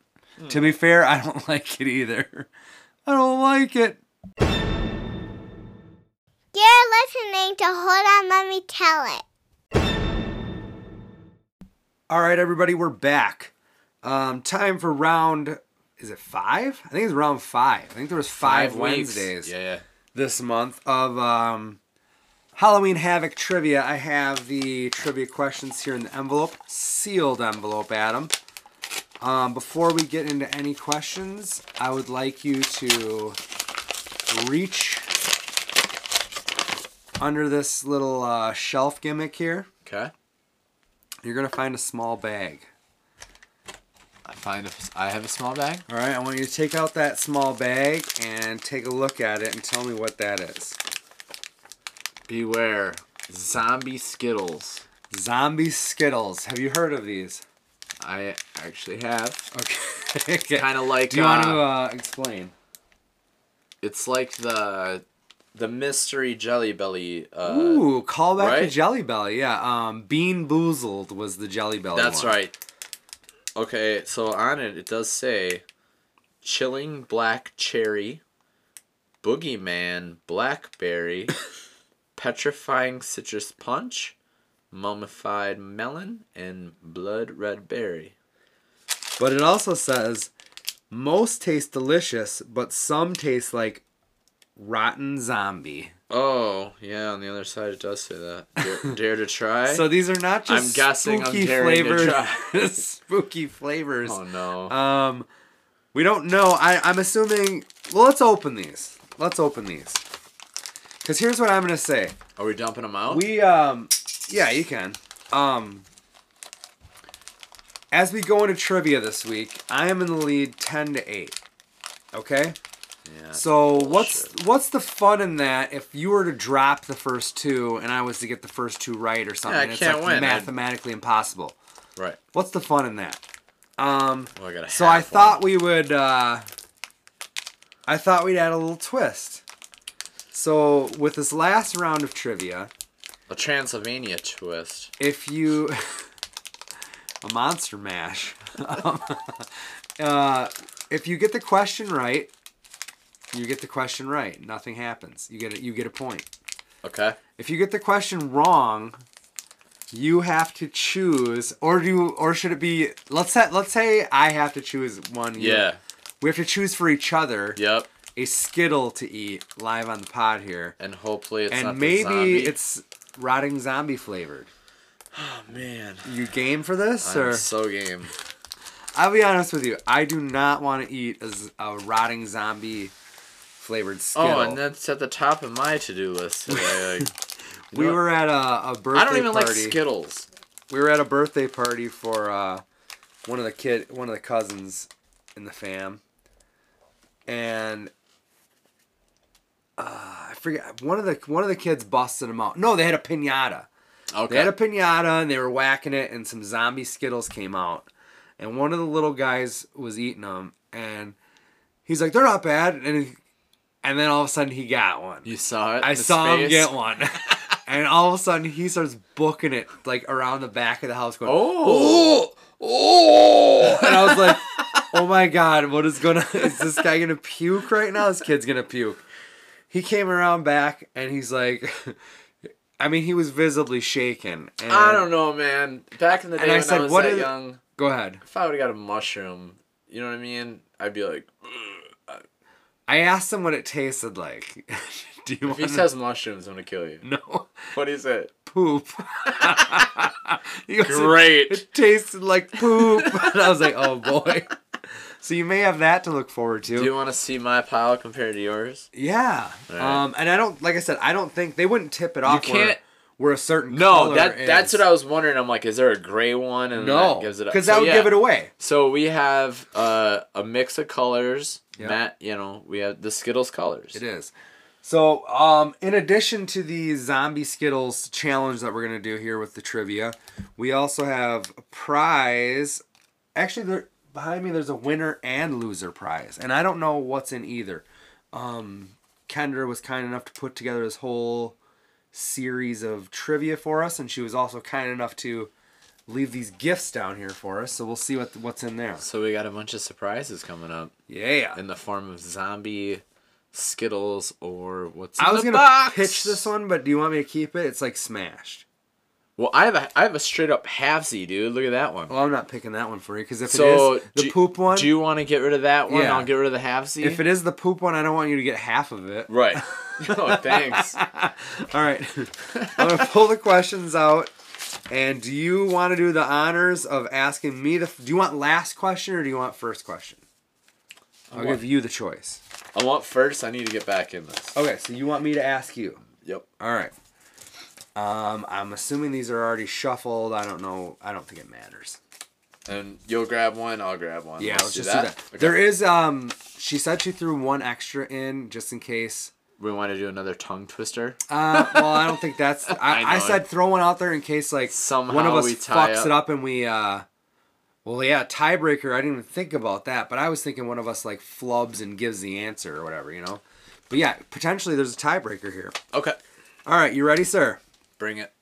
To be fair, I don't like it either. I don't like it.
You're listening to Hold On, Let Me Tell It.
All right, everybody, we're back. Um, time for round. Is it five? I think it's round five. I think there was five,
weeks.
Wednesdays
Yeah, yeah.
this month of um, Halloween Havoc trivia. I have the trivia questions here in the envelope, sealed envelope, Adam. Um, before we get into any questions, I would like you to reach under this little uh, shelf gimmick here.
Okay.
You're gonna find a small bag.
I find a, I have a small bag.
All right, I want you to take out that small bag and take a look at it and tell me what that is.
Beware, zombie Skittles.
Zombie Skittles. Have you heard of these?
I actually have.
Okay.
Kind of like.
Do you want to
uh,
uh, explain?
It's like the the mystery Jelly Belly. Uh,
Ooh, call back to
right?
Jelly Belly. Yeah, um, Bean Boozled was the Jelly Belly.
That's
one.
right. Okay, so on it it does say chilling black cherry, boogeyman blackberry, petrifying citrus punch, mummified melon, and blood red berry.
But it also says most taste delicious, but some taste like rotten zombie.
Oh yeah, on the other side it does say that. Dare, dare to try.
So these are not just
I'm guessing I'm
spooky
daring to
flavors.
try.
spooky flavors.
oh no.
Um, we don't know. I, I'm assuming. Well, let's open these. Let's open these. Cause here's what I'm gonna say.
Are we dumping them out?
We um, yeah, you can. Um, as we go into trivia this week, I am in the lead ten to eight. Okay.
yeah.
So what's what's the fun in that if you were to drop the first two and I was to get the first two right or something?
I
it's
can't
like
win. I'd-
mathematically impossible.
right.
What's the fun in that? Um.
Well, I got
So I thought we would. Uh, I thought we'd add a little twist. So with this last round of trivia,
a Transylvania twist.
if you a monster mash, Um, uh, if you get the question right, you get the question right. Nothing happens. You get a, you get a point.
Okay.
If you get the question wrong, you have to choose, or do, or should it be? Let's say, let's say I have to choose one. you-
Yeah.
We have to choose for each other
Yep.
a Skittle to eat live on the pod here.
And hopefully it's not
and
the
maybe
zombie.
it's rotting zombie flavored.
Oh, man.
You game for this? Or
I'm so game.
I'll be honest with you, I do not want to eat a, z- a rotting zombie flavored Skittle.
Oh, and that's at the top of my to-do list today. Like, you
we
know,
were at a, a birthday
I don't even
party.
like Skittles.
We were at a birthday party for uh, one of the kid, one of the cousins in the fam, and uh, I forget one of the one of the kids busted them out. No, they had a pinata. They
Okay.
had a pinata and they were whacking it, and some zombie Skittles came out. And one of the little guys was eating them, and he's like, "They're not bad." And he, and then all of a sudden, he got one.
you saw it.
I
in his
saw him
face?
get one, and all of a sudden, he starts booking it like around the back of the house, going,
Oh.
oh!" And I was like, "Oh my god, what is gonna? Is this guy gonna puke right now? This kid's gonna puke." He came around back, and he's like. I mean, he was visibly shaken. And
I don't know, man. Back in the day
And I
when
said,
I was
"What
that
is-
young,
Go ahead.
if I would have got a mushroom, you know what I mean? I'd be like,
I asked him what it tasted like. Do you
if
want
he
to
says mushrooms, I'm gonna kill you.
no
What is it?
poop? He goes,
Great.
It tasted like poop. and I was like, oh boy. So you may have that to look forward to.
Do you want to see my pile compared to yours?
yeah.
Alright.
Um, and I don't like I said I don't think they wouldn't tip it off. where-
can't-
Where, where a certain
No,
color
that that's
is.
what I was wondering. I'm like, is there a gray one? And
no
that gives it
because
So,
that would
yeah.
give it away.
So we have uh, a mix of colors.
Yep.
Matt, you know, we have the Skittles colors.
It is. So, um, in addition to the zombie Skittles challenge that we're gonna do here with the trivia, we also have a prize. Actually, there behind me there's a winner and loser prize, and I don't know what's in either. Um, Kendra was kind enough to put together this whole series of trivia for us, and she was also kind enough to leave these gifts down here for us. So we'll see what what's in there.
So we got a bunch of surprises coming up
Yeah.
in the form of zombie Skittles or what's in
I was
the
gonna
box.
pitch this one, but do you want me to keep it? It's like smashed.
Well, I have a I have a straight up halfsy, dude. Look at that one.
Well, Oh, I'm not picking that one for you because if
so
it is the
do-
poop one,
Do you want to get rid of that one?
Yeah.
I'll get rid of the halfsy.
if it is the poop one, I don't want you to get half of it.
right. oh, thanks.
All right, I'm gonna pull the questions out. And do you want to do the honors of asking me the? Do you want last question or do you want first question? I'll
want-
give you the choice.
I want first. I need to get back in this.
Okay, so you want me to ask you?
Yep.
All right. Um, I'm assuming these are already shuffled. I don't know. I don't think it matters.
And you'll grab one. I'll grab one.
Yeah, let's,
do
just do that. There is um she said she threw one extra in just in case.
We want to do another tongue twister.
Uh, well, I don't think that's I,
I
I,
know.
said throw one out there in case like one
Somehow
of us
we tie
fucks
up.
it up and we uh well yeah, tiebreaker, I didn't even think about that, but I was thinking one of us like flubs and gives the answer or whatever, you know. But yeah, potentially there's a tiebreaker here.
Okay.
All right, you ready, sir?
Bring it.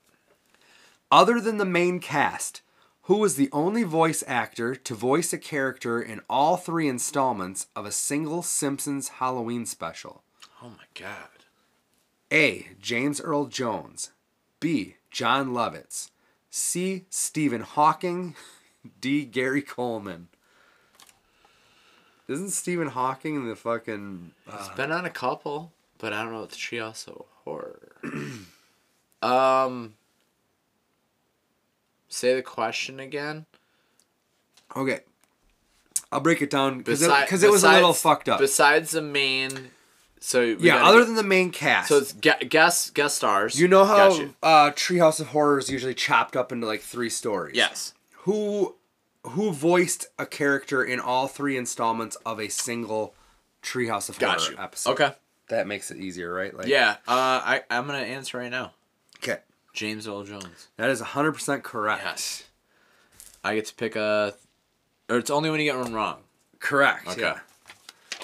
Other than the main cast, who was the only voice actor to voice a character in all three installments of a single Simpsons Halloween special?
Oh my god.
A. James Earl Jones. B. John Lovitz. C. Stephen Hawking. D. Gary Coleman. Isn't Stephen Hawking the fucking. uh,
It's been on a couple, but I don't know. It's she also horror. um. Say the question again.
Okay. I'll break it down because it,
Besi-
'cause it was a little
besides-
fucked up.
Besides the main, so we
yeah,
gotta
other
get-
than the main cast.
so it's gu- guest guest stars.
You know how
Got you.
uh, Treehouse of Horror is usually chopped up into like three stories.
Yes.
Who who voiced a character in all three installments of a single Treehouse of
Got
Horror
you.
episode?
Okay.
That makes it easier, right? Like
Yeah. Uh, I I'm gonna answer right now.
Okay.
James Earl Jones.
That is 100% correct.
Yes. I get to pick a, or it's only when you get one wrong.
Correct.
Okay.
yeah.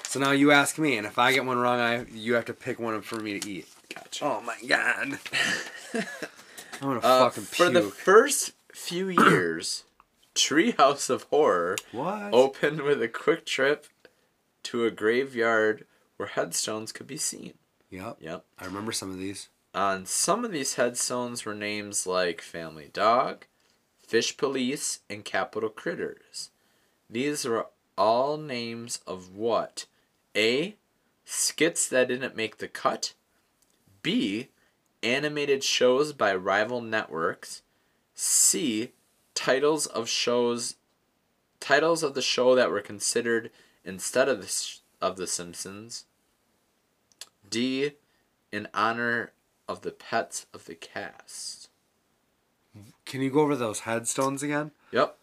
So now you ask me, and if I get one wrong, I you have to pick one for me to eat.
Gotcha.
Oh my god. I'm gonna
Uh,
Oh, fucking
for
puke.
the first few years, Treehouse of Horror
what?
opened with a quick trip to a graveyard where headstones could be seen.
Yep.
Yep.
I remember some of these.
On some of these headstones were names like Family Dog, Fish Police, and Capital Critters. These were all names of what? A. Skits that didn't make the cut. B. Animated shows by rival networks. C. Titles of shows. Titles of the show that were considered instead of the, s- of the Simpsons. D in honor of the pets of the cast.
Can you go over those headstones again?
Yep.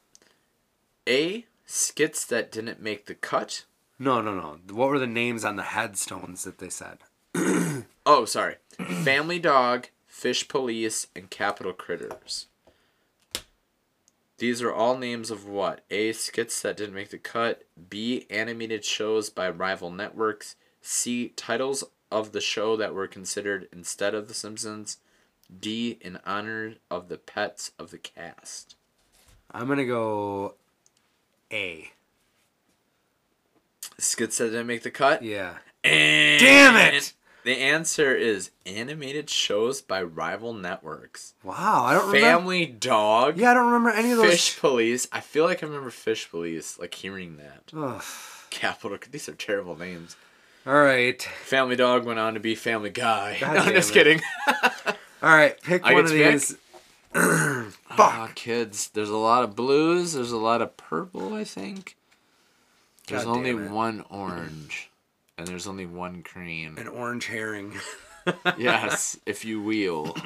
A. Skits that didn't make the cut.
No, no, no. What were the names on the headstones that they said?
Oh, sorry. Family Dog, Fish Police, and Capital Critters. These are all names of what? A. Skits that didn't make the cut. B. Animated shows by rival networks. C. Titles of the show that were considered instead of The Simpsons. D. In honor of the pets of the cast.
I'm gonna go A.
Skits that didn't make the cut.
Yeah.
And
Damn it!
The answer is animated shows by rival networks.
Wow, I don't remember.
Family Dog,
Yeah, I don't remember any of those.
Fish Police. I feel like I remember Fish Police, like hearing that.
Ugh.
Capital. These are terrible names.
All right,
Family Dog went on to be Family Guy.
God
No, I'm
damn
just
it.
kidding.
all right. Pick
I get
one of
to pick?
these.
Ah, kids. There's a lot of blues. There's a lot of purple. I think. There's
God
only
damn it.
one orange, and there's only one green.
An orange herring.
yes, if you will.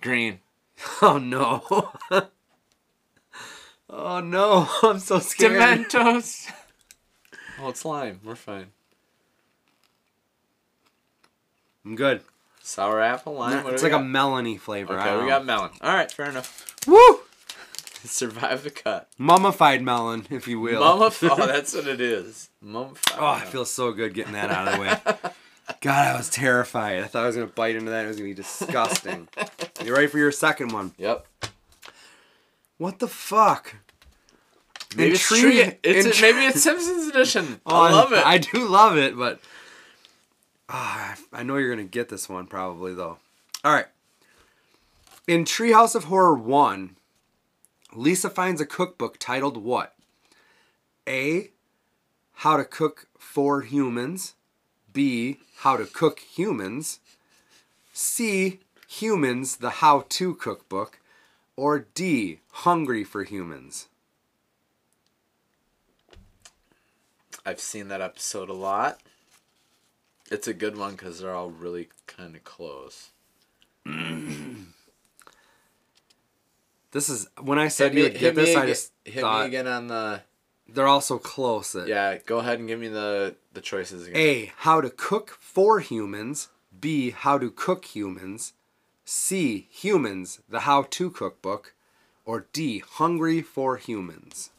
Green.
Oh no. oh no. I'm so scared.
Dementos. oh, it's lime. We're fine.
I'm good.
Sour apple lime. What
it's
do we
like a
got?
melony flavor. I
Okay,
don't
we
know.
got melon. All right, fair enough.
Woo!
Survive the cut.
Mummified melon, if you will.
Mummified. Oh, that's what it is. Mummified.
Oh, I feel so good getting that out of the way. God, I was terrified. I thought I was gonna bite into that. It was gonna be disgusting. you ready for your second one?
Yep.
What the fuck?
Maybe it's,
Intrigue-
tree, it's
intri-
maybe it's Simpsons edition.
Oh,
I love it.
I do love it, but Ah, I I know you're gonna get this one probably though. All right. In Treehouse of Horror one, Lisa finds a cookbook titled what? A. How to cook for humans. B. How to cook humans. C. Humans: The How to Cookbook. Or D. Hungry for humans.
I've seen that episode a lot. It's a good one because they're all really kind of close.
This is when I said you would get this. I just
hit
thought
me again on the.
they're all so close. That
Yeah, go ahead and give me the the choices again.
A. How to cook for humans. B. How to cook humans. C. Humans, the how to cookbook. Or D. Hungry for humans.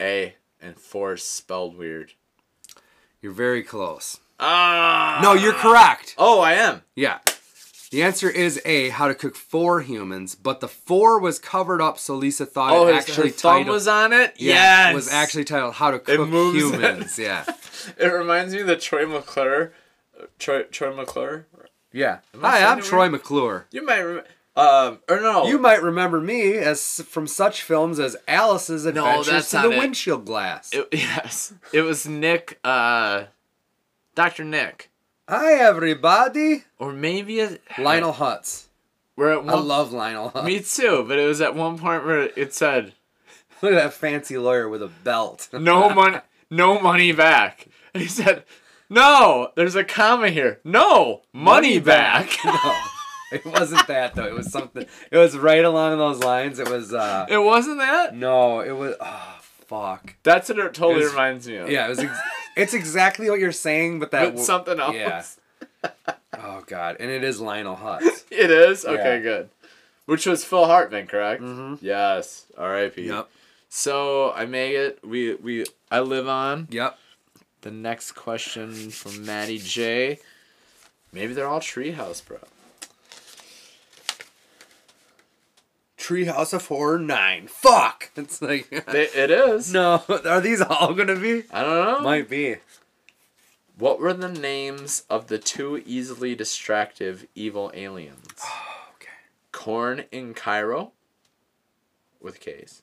A and four spelled weird.
You're very close.
Ah.
No, you're correct.
Oh, I am.
Yeah. The answer is A. How to cook for humans, but the four was covered up, so Lisa thought
Oh,
it
his, her
actually
thumb
titled.
was on it.
yeah,
yes.
was actually titled "How to Cook
moves it.
Humans." Yeah,
It reminds me of the Troy McClure. Troy, Troy McClure.
yeah.
I
Hi, I'm
saying it
Troy
right?
McClure.
You might remember. Um, or no.
You might remember me as from such films as Alice's Adventures
that's
to the
not it.
Windshield Glass.
It- yes. It was Nick. Uh, Doctor Nick.
Hi everybody,
Or maybe a,
Lionel Hutz.
We're at
I
one,
love Lionel Hutz.
Me too, but it was at one point where it said
Look at that fancy lawyer with a belt.
no money, no money back. And he said, "No, there's a comma here. No money, back."
no, it wasn't that though. It was something. It was right along those lines. It was. uh
it wasn't that.
No, it was. Oh fuck.
That's what it totally
It was-
reminds me of.
Yeah, it was. Ex- it's exactly what you're saying, but that
But something else.
Yeah. Oh god, and it is Lionel Hutz.
It is okay.
Yeah.
Good. Which was Phil Hartman, correct? Mm-hmm. Yes. R.I.P.
yep.
So I make it. We we I live on.
Yep.
The next question from Maddie J. Maybe they're all treehouse, bro.
Treehouse of Horror Nine. Fuck. It's like.
They, it is.
No, are these all gonna be?
I don't know.
Might be.
What were the names of the two easily distractive evil aliens?
Oh, Okay.
Corn in Cairo, with K's.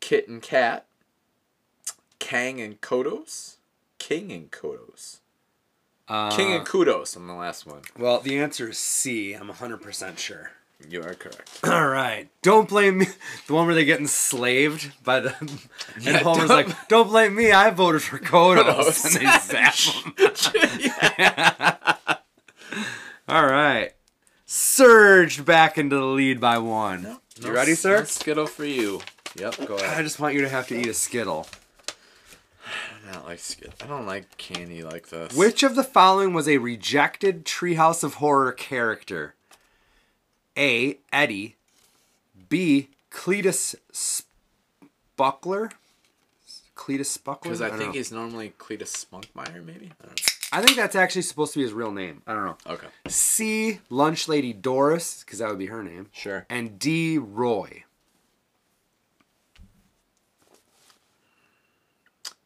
Kit and Cat. Kang and Kodos. King and Kodos. King and Kudos on the last one.
Uh, Well, the answer is C. I'm 100% sure.
You are correct.
All right. Don't blame me. The one where they're getting slaved by the. And Homer's
don't- Oh,
like, don't blame me. I voted for Kodos.
Kodos.
and they zap him. All right. Surged back into the lead by one. You ready, sir?
No Skittle for you. Yep, go
I
ahead.
just want you to have to eat a Skittle.
I don't like Skittle. I don't like candy like this.
Which of the following was a rejected Treehouse of Horror character? A. Eddie. B. Cletus Spuckler. Cletus Spuckler.
Because I,
don't
think
know.
he's normally Cletus Spunkmeyer, maybe? I don't
I think that's actually supposed to be his real name. I don't know.
know. Okay.
C. Lunch Lady Doris, because that would be her name.
Sure.
And D. Roy.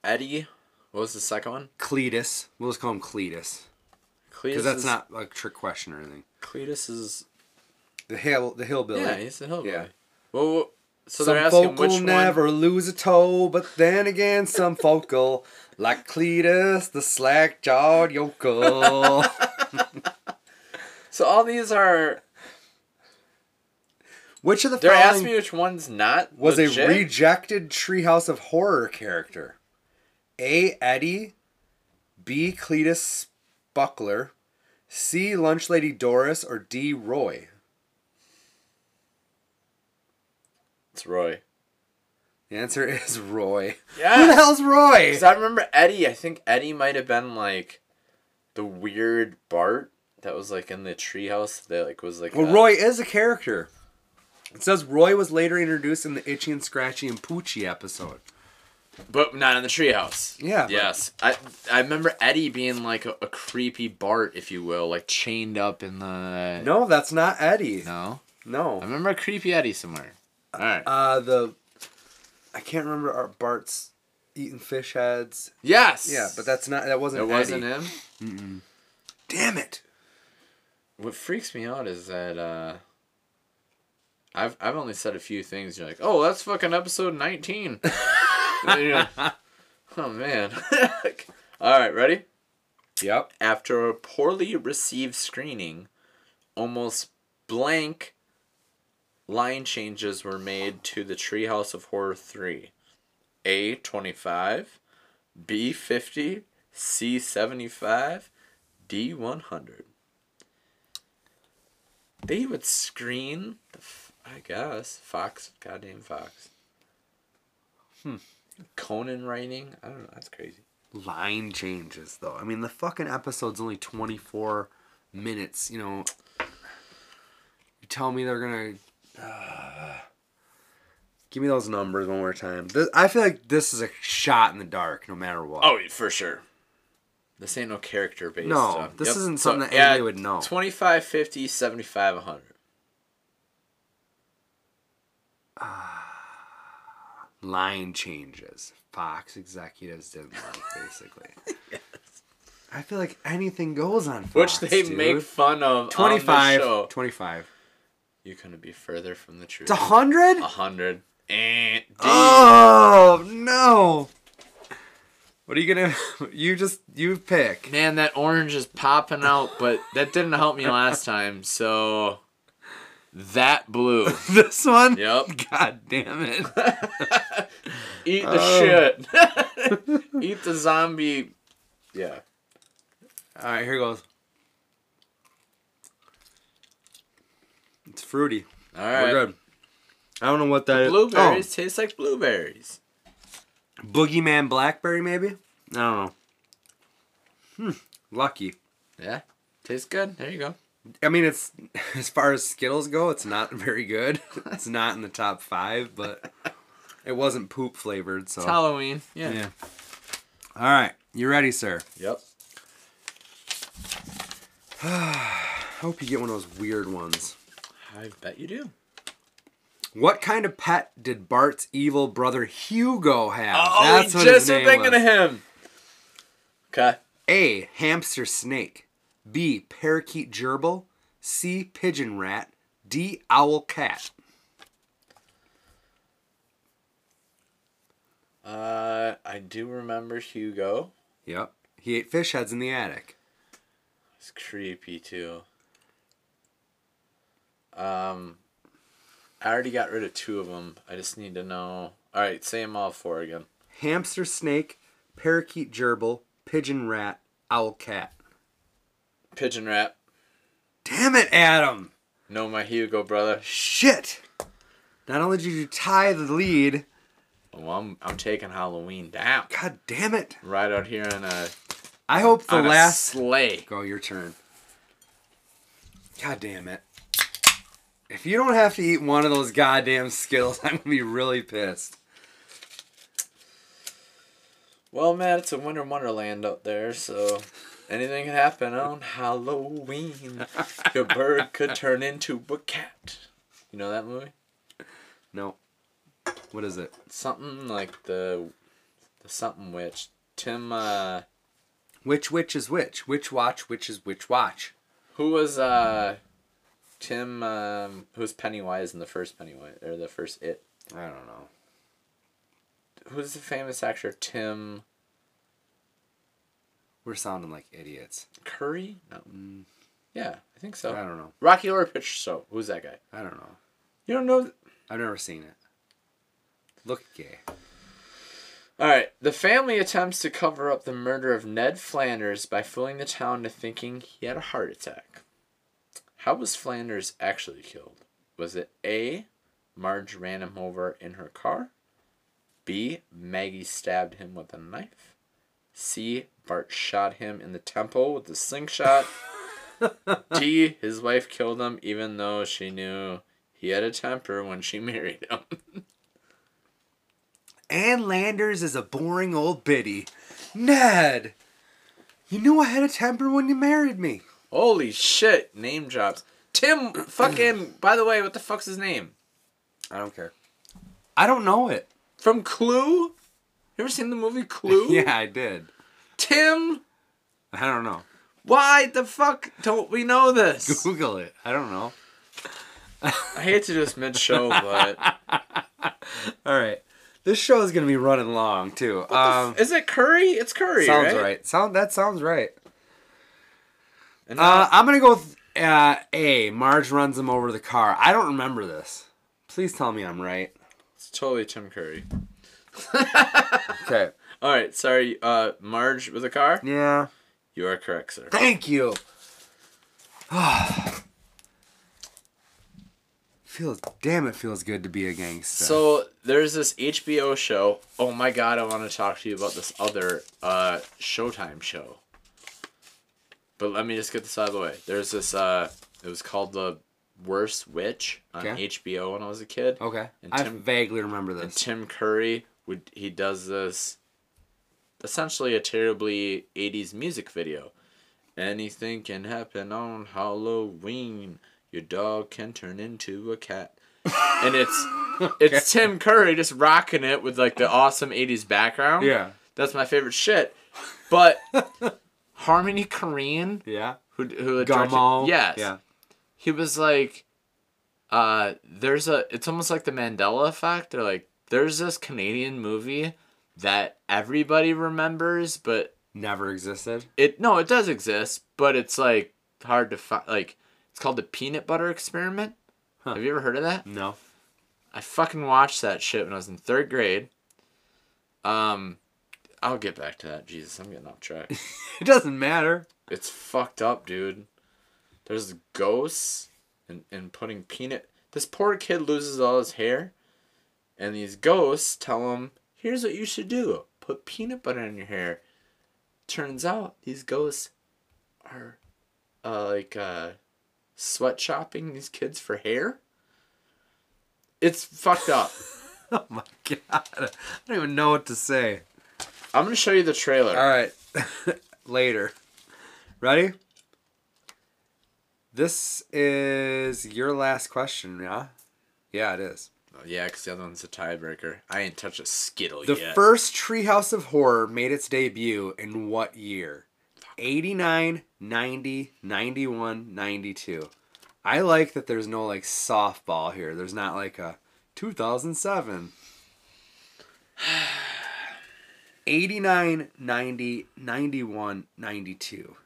Eddie. What was the second one?
Cletus. We'll just call him Cletus,
Cletus
because that's
is,
not a trick question or anything.
Cletus is
The hill, the hillbilly.
yeah, he's a hillbilly.
Yeah.
Well, well, so
some
they're asking
folk will
which
never
one.
lose a toe, but then again, some folk will, like Cletus, the slack jawed yokel.
So all these are.
Which of the
They're
following
asking me which one's not.
was a
legit?
rejected Treehouse of Horror character? A. Eddie, B. Cletus Buckler, C. Lunch Lady Doris, or D. Roy?
It's Roy.
The answer is Roy.
Yeah.
Who the hell's Roy?
Because I remember Eddie. I think Eddie might have been like the weird Bart that was like in the treehouse that like was like.
Well,
a-
Roy is a character. It says Roy was later introduced in the Itchy and Scratchy and Poochie episode.
but not in the treehouse.
Yeah, but-
Yes, I I remember Eddie being like a, a creepy Bart, if you will, like chained up in the.
No, that's not Eddie.
No. I
No.
remember a creepy Eddie somewhere. All right.
Uh, the I can't remember our Bart's eating fish heads.
yes.
Yeah, but that's not that wasn't
it
Eddie.
wasn't him.
Damn it.
What freaks me out is that uh, I've I've only said a few things. You're like, oh, that's fucking episode nineteen. And you're like, oh man. All right, ready?
Yep.
After a poorly received screening, almost blank line changes were made to the Treehouse of Horror three, A twenty five, B fifty, C seventy five, D one hundred. They would screen the, f- I guess Fox, goddamn Fox. Hmm. Conan writing, I don't know. That's crazy.
Line changes though. I mean, the fucking episode's only 24 minutes, you know. You tell me they're going to Give me those numbers one more time. This, I feel like this is a shot in the dark, no matter what.
Oh, yeah, for sure. This ain't no character based.
No,
stuff.
this isn't something that anybody would know.
25, 50, 75, 100.
line changes. Fox executives didn't like, basically. I feel like anything goes on Fox.
Which they
dude.
make fun of. 25.
25.
On the show.
25.
You couldn't be further from the truth.
It's a 100?
100. And D.
Oh, no. What are you going to. You just. You pick.
Man, that orange is popping out, but that didn't help me last time, so. That blue.
This one?
Yep.
God damn it.
Eat the
Oh.
shit. Eat the zombie. Yeah.
All right, here goes. It's fruity.
All right.
We're good. I don't know what that is.
Blueberries taste like blueberries.
Oh, boogeyman blackberry, maybe? I don't know. Hmm. Lucky.
Yeah. Tastes good. There you go.
I mean, it's as far as Skittles go, it's not very good. It's not in the top five, but it wasn't poop flavored. So
It's Halloween. Yeah.
Oh. yeah. All right, you ready, sir?
Yep.
I hope you get one of those weird ones.
I bet you do.
What kind of pet did Bart's evil brother Hugo have?
Oh, we just were thinking of him. Okay.
A. Hamster snake. B. Parakeet gerbil. C. Pigeon rat. D. Owl cat.
Uh, I do remember Hugo.
Yep. He ate fish heads in the attic.
It's creepy too. Um, I already got rid of two of them. I just need to know. All right, say them all four again.
hamster snake, parakeet gerbil, pigeon rat, owl cat.
Pigeon rat.
Damn it, Adam!
Know my Hugo brother.
Shit! Not only did you tie the lead,
Well, Oh, I'm I'm taking Halloween down.
god damn it!
Right out here in a
I hope the
on a
last.
sleigh.
Go, your turn. God damn it. If you don't have to eat one of those goddamn skills, I'm gonna be really pissed.
Well, Matt, it's a winter wonderland out there, so anything can happen on Halloween. Your bird could turn into a cat. You know that movie?
No. What is it?
Something like the the something witch. Tim, uh,
Which witch is which? Which watch, which is which watch?
who was uh, Tim? Um, who's Pennywise in the first Pennywise or the first It?
I don't know.
Who's the famous actor Tim
We're sounding like idiots.
Curry? No. Yeah, I think so.
I don't know.
Rocky Horror Picture Show. Who's that guy?
I don't know.
You don't know?
I've never seen it. Look gay.
All right. The family attempts to cover up the murder of Ned Flanders by fooling the town to thinking he had a heart attack. How was Flanders actually killed? Was it A, Marge ran him over in her car. B. Maggie stabbed him with a knife. C. Bart shot him in the temple with a slingshot. D. His wife killed him even though she knew he had a temper when she married him.
Ann Landers is a boring old biddy. Ned, you knew I had a temper when you married me.
Holy shit, name drops. Tim, fucking, by the way, what the fuck's his name?
I don't care. I don't know it.
From Clue? You ever seen the movie Clue?
Yeah, I did.
Tim,
I don't know.
why the fuck don't we know this?
Google it. I don't know.
I hate to do this mid show, but.
All right. This show is gonna be running long too. um,
Is it Curry? It's Curry,
sounds
right?
right? Sound that sounds right.
And
Uh, I'm gonna go with uh, A. Marge runs him over the car. I don't remember this. Please tell me I'm right.
it's totally Tim Curry.
Okay.
All right, sorry, uh, Marge with a car?
Yeah.
You are correct, sir.
Thank you. feels damn it feels good to be a gangster.
So there's this HBO show. Oh my god, I want to talk to you about this other uh, Showtime show. But let me just get this out of the way. There's this. Uh, it was called The Worst Witch on
Okay.
HBO when I was a kid.
okay,
And
I
Tim-
vaguely remember
And
this.
Tim Curry would he does this, essentially a terribly '80s music video. Anything can happen on Halloween. Your dog can turn into a cat. and it's it's Tim Curry just rocking it with like the awesome 80s background.
yeah.
That's my favorite shit. But Harmony Korine,
Yeah.
who who directed-
Gummo.
yes.
Yeah.
He was like uh there's a it's almost like the Mandela effect. They're like there's this Canadian movie that everybody remembers but
Never existed.
it no it does exist but it's like hard to find like it's called the peanut butter experiment have you ever heard of that
No.
i fucking watched that shit when i was in third grade um i'll get back to that jesus i'm getting off track
It doesn't matter.
it's fucked up dude there's ghosts and, and putting peanut this poor kid loses all his hair and these ghosts tell him here's what you should do put peanut butter in your hair turns out these ghosts are uh, like uh, sweatshopping these kids for hair it's fucked up
Oh my god. I don't even know what to say.
i'm gonna show you the trailer
All right. Later. Ready? This is your last question, yeah? Yeah, it is.
yeah because the other one's a tiebreaker i ain't touched a skittle
The
yet
first Treehouse of Horror made its debut in what year? 89, 90, 91, 92. I like that there's no like softball here. There's not like a 2007. 89, 90, 91, 92.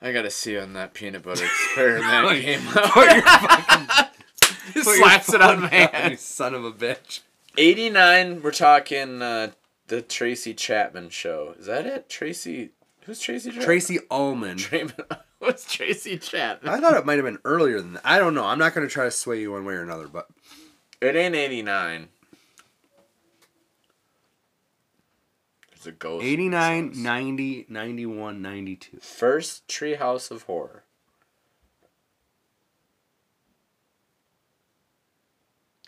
I gotta see on that peanut butter experiment came out.
Put your fucking-
He
put your
slaps it on my
phone down,
hand.
you son of a bitch.
89, we're talking uh, the Tracy Chapman show. Is that it? Tracy. Who's Tracy Chapman?
Tracy Ullman.
Chapman. What's Tracy Chapman?
I thought it might have been earlier than that. I don't know. I'm not going to try to sway you one way or another, but
It ain't 89. It's a ghost. in
89,
this house.
90, 91, 92.
First Treehouse of Horror.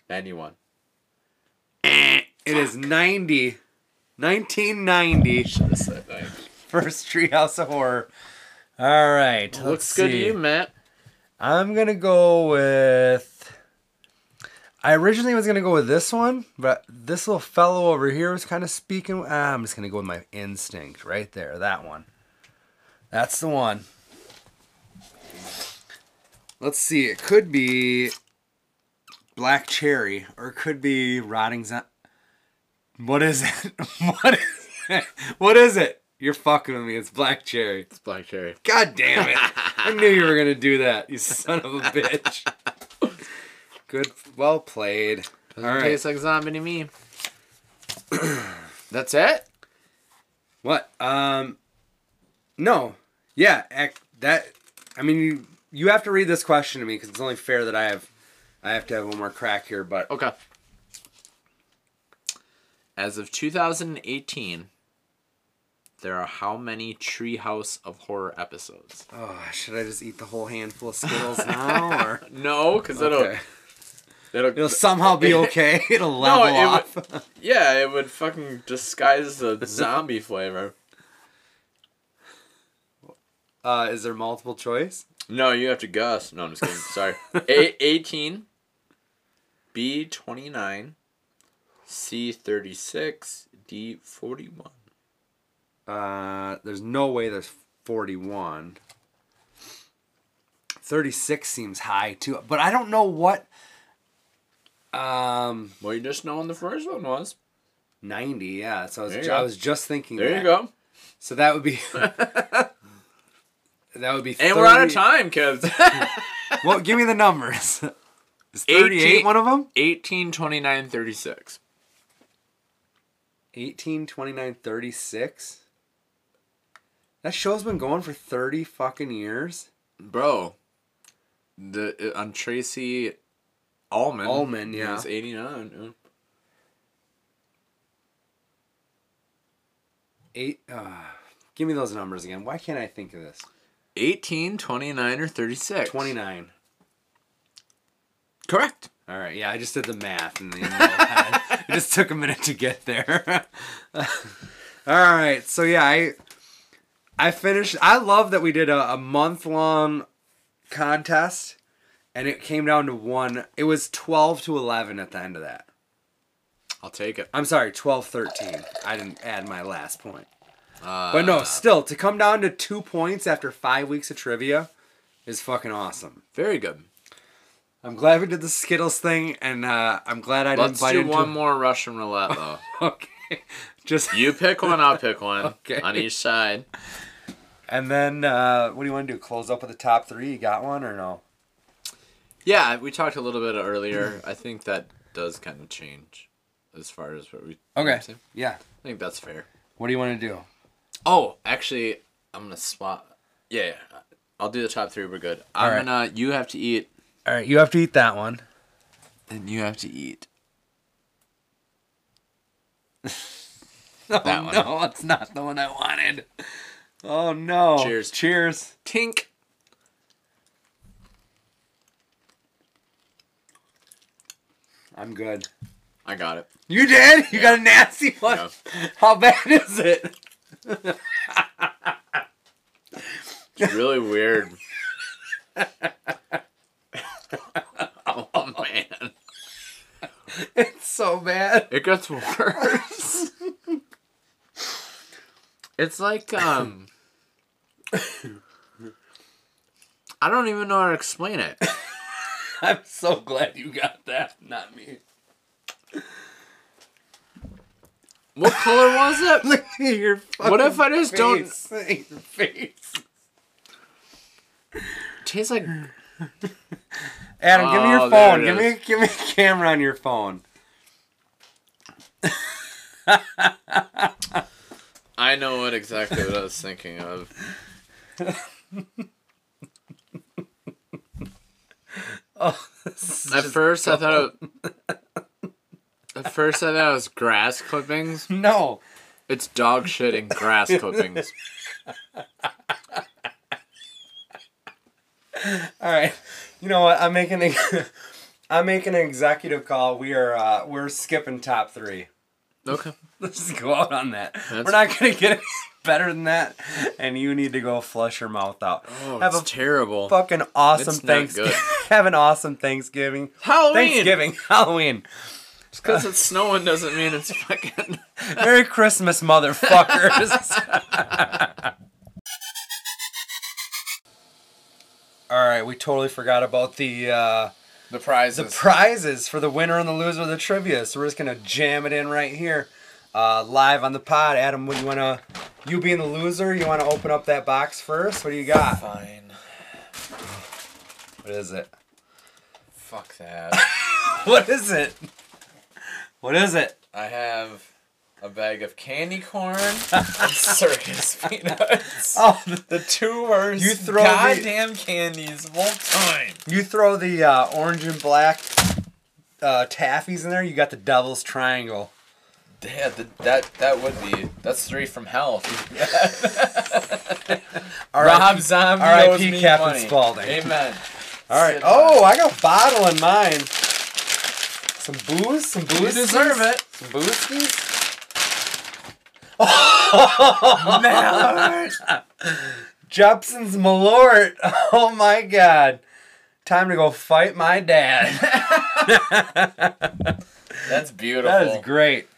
Ninety-one.
It is 90. 1990.
Should have said that.
First Treehouse of Horror. All right.
Looks good to you, Matt.
I'm going to go with. I originally was going to go with this one, but this little fellow over here was kind of speaking. Ah, I'm just going to go with my instinct right there. That one. That's the one. Let's see. It could be black cherry, or it could be rotting. Zo- what is it? what is it? What is it? You're fucking with me. It's black cherry.
It's Black Cherry.
God damn it! I knew you were gonna do that. You son of a bitch. Good. Well played. All
All right.
right.
Tastes like zombie to me. That's it.
What? Um. No. Yeah. Act, that. I mean, you you have to read this question to me because it's only fair that I have, I have to have one more crack here. But
Okay. As of 2018, there are how many Treehouse of Horror episodes?
oh, should I just eat the whole handful of Skittles now, or
No, because
okay.
it'll,
it'll somehow be okay? It'll level
it
off.
yeah, it would fucking disguise the zombie flavor.
Uh, is there multiple choice?
No, you have to guess. No, I'm just kidding. Sorry. A- 18, B 29, C 36, D 41.
Uh, there's no way there's 41. 36 seems high too, but I don't know what. Um,
Well, you just know when the first one was.
90. Yeah, so I was,
There you
ju-
go.
I was just thinking.
There
that.
you go.
So that would be. that would be.
And we're out of
30
time, kids.
Well, give me the numbers. Is 38
Eighteen-
one of them?
18, 29, 36.
18, 29, 36. That show's been going for 30 fucking years.
Bro, the uh, on Tracy Allman.
Ullman,
he
yeah.
was 89. yeah.
8 uh, Give me those numbers again. Why can't I think of this?
18, 29, or 36.
29.
Correct.
All right. Yeah, I just did the math in the in the head. It just took a minute to get there. All right. So yeah, I I finished. I love that we did a, a month long contest, and it came down to one. It was twelve to eleven at the end of that.
I'll take it.
I'm sorry, 12-13. I didn't add my last point.
Uh,
But no, still to come down to two points after five weeks of trivia is fucking awesome.
Very good.
I'm glad we did the Skittles thing, and uh, I'm glad I didn't
Let's
bite
do
into
one more Russian roulette, though.
Okay. Just
you pick one, I'll pick one.
Okay.
On each side.
and then uh, what do you want to do? Close up with the top three. You got one or no?
Yeah, we talked a little bit earlier. I think that does kind of change as far as what we. I
Yeah.
think that's fair.
What do you want to do?
Oh, actually, I'm gonna swap. Yeah, yeah. I'll do the top three. We're good. I'm
Alright.
gonna. You have to eat,
All right, you have to eat that one.
and you have to eat.
No,
That one.
no, it's not the one I wanted. Oh no.
Cheers.
Cheers.
Tink.
I'm good.
I got it.
You did? You got a nasty one.
Yeah.
How bad is it?
It's really weird. oh man,
It's so bad.
it gets worse. it's like um. I don't even know how to explain it.
I'm so glad you got that, not me.
What color was it?
Look at your fucking
What if I just don't-
don't your face?
Tastes like
Adam, give me your
Oh, there
phone.
it
Give me,
is.
give me a camera on your phone.
I know what exactly what I was thinking of.
Oh,
At first, I thought. It, at first, I thought it was grass clippings.
No,
It's dog shit and grass clippings.
All right. You know what? I'm making a, I'm making an executive call. We are uh, we're skipping top three.
Okay.
Let's go out on that.
That's-
We're not gonna get it better than that. And you need to go flush your mouth out.
Oh,
Have
it's
a
terrible.
fucking awesome
It's not
Thanksgiving.
good.
Have an awesome Thanksgiving.
Halloween.
Thanksgiving, Halloween.
Because it's snowing doesn't mean it's fucking.
Merry Christmas, motherfuckers. All right, we totally forgot about the uh,
The prize.
the prizes for the winner and the loser of the trivia. So we're just gonna jam it in right here, uh, live on the pod. Adam, what you wanna? You being the loser, you wanna open up that box first? What do you got?
Fine.
What is it?
Fuck that.
What is it? What is it?
I have a bag of candy corn, and circus peanuts.
Oh,
The two worst
You throw the-
goddamn candies of all time.
you throw the uh, orange and black uh, taffies in there, you got the devil's triangle.
Yeah, th- that that would be that's three from hell. Rob Zombie
R.I.P.
owes me
Captain
money.
Spaulding.
Amen.
All right.
Sid
Oh, I got a bottle in mine. Some booze, some booze.
You deserve it.
Some booze. Jepson's Malort. Oh my god. Time to go fight my dad.
That's beautiful.
that is great.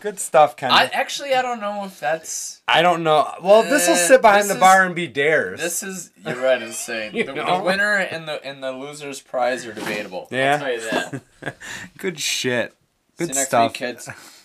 Good stuff,
I
Kendall. I,
actually I don't know if that's
don't know. Well, this will
Uh,
sit behind
this
the bar
is-
and be dares.
this is you're right in saying
You
the,
know?
the winner and the and the loser's prize are debatable.
Yeah.
I'll tell you that.
Good shit.
See you
Good
next
stuff.
week, kids.